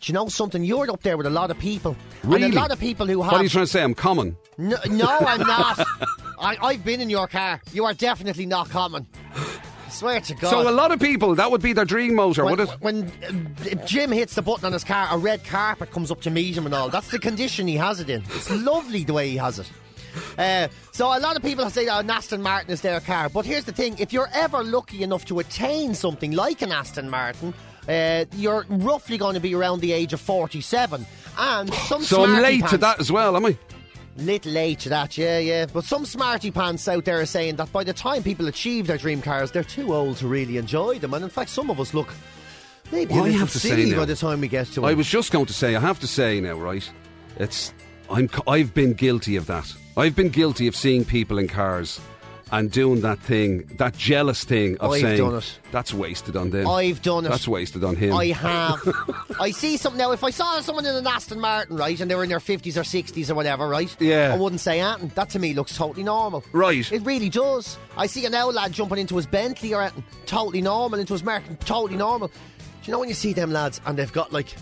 S2: Do you know something? You're up there with a lot of people.
S1: Really?
S2: And a lot of people who have.
S1: What are you trying to say? I'm common.
S2: no, no, I'm not. I, I've been in your car. You are definitely not common. I swear to God.
S1: So a lot of people that would be their dream motor,
S2: when,
S1: would it?
S2: when, uh, Jim hits the button on his car, a red carpet comes up to meet him and all. That's the condition he has it in. It's lovely the way he has it. Uh, so a lot of people say that an Aston Martin is their car, but here's the thing: if you're ever lucky enough to attain something like an Aston Martin, uh, you're roughly going to be around the age of forty-seven. And some
S1: So I'm
S2: smarty
S1: late to
S2: pants-
S1: that as well, am I?
S2: Little late to that, yeah, yeah. But some smarty pants out there are saying that by the time people achieve their dream cars, they're too old to really enjoy them. And in fact, some of us look maybe a
S1: Well, I
S2: little
S1: have to say
S2: silly
S1: now-
S2: by the time we get to it.
S1: I was just going to say, I have to say now, right? It's I'm c- I've been guilty of that. I've been guilty of seeing people in cars and doing that thing, that jealous thing of
S2: I've
S1: saying
S2: done it.
S1: that's wasted on them.
S2: I've done it.
S1: That's wasted on him.
S2: I have. I see something now. If I saw someone in an Aston Martin, right, and they were in their 50s or 60s or whatever, right?
S1: Yeah.
S2: I wouldn't say anything. That to me looks totally normal.
S1: Right.
S2: It really does. I see an old lad jumping into his Bentley or anything. Totally normal. Into his Merc. Totally normal. Do you know when you see them lads and they've got like.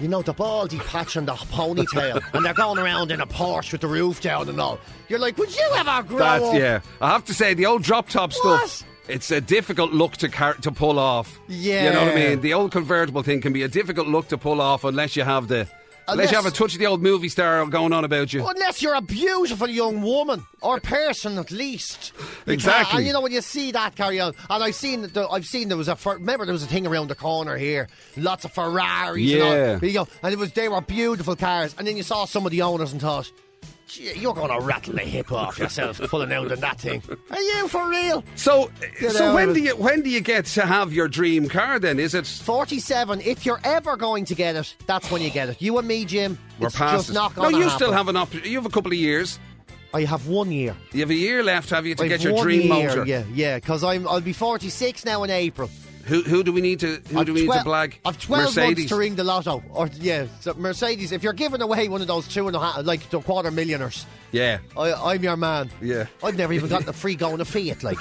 S2: You know, the baldy patch and the ponytail, and they're going around in a Porsche with the roof down and all. You're like, would you ever grow
S1: That
S2: up?
S1: yeah. I have to say the old drop top
S2: What?
S1: stuff. It's a difficult look to car- to pull off. you know what I
S2: Yeah.
S1: mean. The old convertible thing can be a difficult look to pull off unless you have the unless,
S2: Unless-
S1: you have a touch of the old movie star going on about you.
S2: Unless you're a beautiful young woman or person, at least. You can't-
S1: Exactly.
S2: And you know when you see that carry on, and I've seen, the, I've seen there was a. fir- Remember there was a thing around the corner here, lots of Ferraris.
S1: Yeah.
S2: And, all, you know, and it was they were beautiful cars, and then you saw some of the owners and thought. "Gee, You're going to rattle the hip off yourself pulling out on that thing. Are you for real?
S1: So,
S2: Get
S1: so
S2: out
S1: when
S2: of
S1: do
S2: it.
S1: you when do you get to have your dream car? Then is it
S2: 47, if you're ever going to get it, that's when you get it. You and me, Jim,
S1: we're
S2: it's
S1: past
S2: just
S1: it.
S2: not
S1: No,
S2: going to
S1: you still have an op- You have a couple of years.
S2: I have one year.
S1: You have a year left, have you, to
S2: I've
S1: get your
S2: one
S1: dream
S2: year,
S1: motor?
S2: Yeah, yeah, because I'm I'll be 46 now in April.
S1: Who who do we need to who
S2: I've
S1: do we need
S2: twel-
S1: to blag?
S2: I've 12
S1: Mercedes.
S2: months to ring the lotto. Or yeah, so Mercedes. If you're giving away one of those two and a half, like the quarter millionaires,
S1: yeah.
S2: I, I'm your man.
S1: Yeah.
S2: I've never even gotten a free going to Fiat. Like,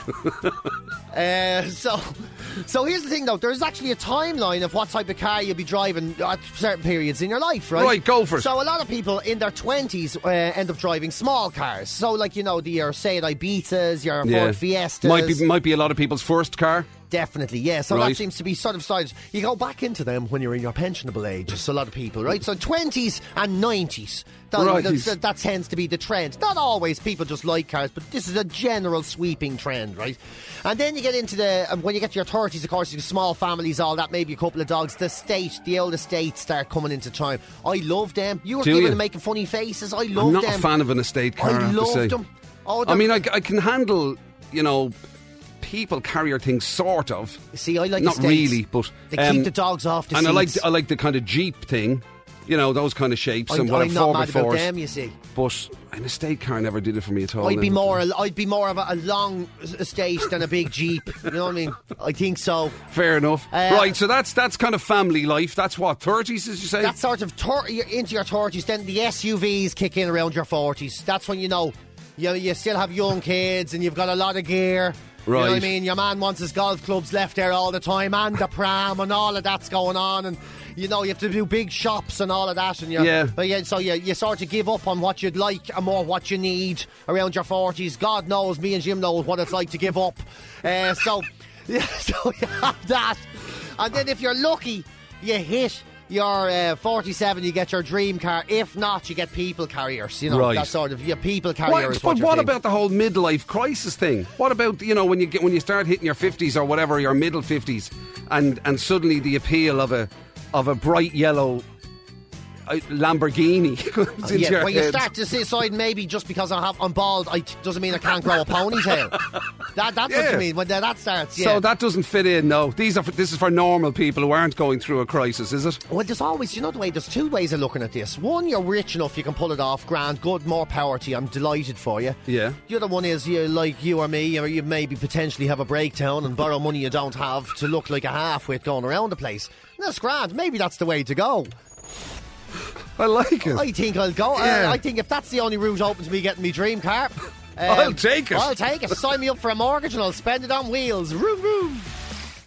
S2: uh, so, so here's the thing though. There's actually a timeline of what type of car you'll be driving at certain periods in your life, right?
S1: Right, go for it.
S2: So a lot of people in their twenties uh, end up driving small cars. So like you know the your Seat Ibizas, your
S1: Yeah.
S2: Ford Fiestas,
S1: Might be might be a lot of people's first car.
S2: Definitely, yeah. So
S1: Right.
S2: that seems to be sort of sides. You go back into them when you're in your pensionable age. It's a lot of people, right? So twenties and nineties. That,
S1: Right.
S2: that, that- that tends to be the trend. Not always people just like cars, but this is a general sweeping trend, right? And then you get into the um, when you get to your thirties, of course, you have small families, all that, maybe a couple of dogs. The state, the old estates start coming into time. I love them. You were
S1: Do
S2: giving
S1: you?
S2: and making funny faces. I love
S1: I'm not
S2: them.
S1: a fan of an estate car.
S2: I
S1: have to
S2: loved
S1: say.
S2: them. Oh,
S1: I
S2: they're-
S1: mean, I, I can handle you know people carrier things sort of.
S2: See, I like
S1: not
S2: estates.
S1: really, but
S2: They
S1: um,
S2: keep the dogs off the
S1: and I like
S2: seats.
S1: I like the kind of jeep thing. You know those kind of shapes
S2: I'm,
S1: and what
S2: I'm not
S1: four
S2: mad
S1: before.
S2: about them, you see.
S1: But an estate car never did it for me at all.
S2: I'd be
S1: Never.
S2: more. I'd be more of a, a long s- estate than a big jeep. You know what I mean? I think so.
S1: Fair enough.
S2: Uh,
S1: right, so that's that's kind of family life. That's what thirties, as you say.
S2: That sort of thir- you're into your thirties, then the SUVs kick in around your forties. That's when you know, you you still have young kids and you've got a lot of gear. You know what I
S1: Right.
S2: mean? Your man wants his golf clubs left there all the time, and the pram, and all of that's going on, and you know you have to do big shops and all of that, and you're,
S1: Yeah.
S2: But yeah, so you, you sort of give up on what you'd like and more what you need around your forties. God knows, me and Jim know what it's like to give up. Uh, so, yeah, so you have that, and then if you're lucky, you hit your uh, 47, you get your dream car. If not, you get people carriers. You know
S1: Right.
S2: that sort of your people carrier.
S1: What-
S2: is
S1: but
S2: you're
S1: what
S2: thinking.
S1: about the whole midlife crisis thing? What about you know when you get when you start hitting your fifties or whatever, your middle fifties, and and suddenly the appeal of a of a bright yellow uh, Lamborghini comes into
S2: Uh, yeah,
S1: your
S2: well, you
S1: head.
S2: start to decide maybe just because I have I'm bald, I doesn't mean I can't grow a ponytail. that, that's what
S1: Yeah.
S2: you mean when that starts. Yeah.
S1: So that doesn't fit in. No, these are for, this is for normal people who aren't going through a crisis, is it?
S2: Well, there's always, you know, the way there's two ways of looking at this. One, you're rich enough, you can pull it off, grand, good, more power to you. I'm delighted for you.
S1: Yeah.
S2: The other one is you, like you or me, or you maybe potentially have a breakdown and borrow money you don't have to look like a halfwit going around the place. And that's grand. Maybe that's the way to go.
S1: I like it.
S2: I think I'll go. Uh,
S1: Yeah.
S2: I think if that's the only route open to me getting me dream car, um,
S1: I'll take it.
S2: I'll take it. Sign me up for a mortgage and I'll spend it on wheels. Room, room.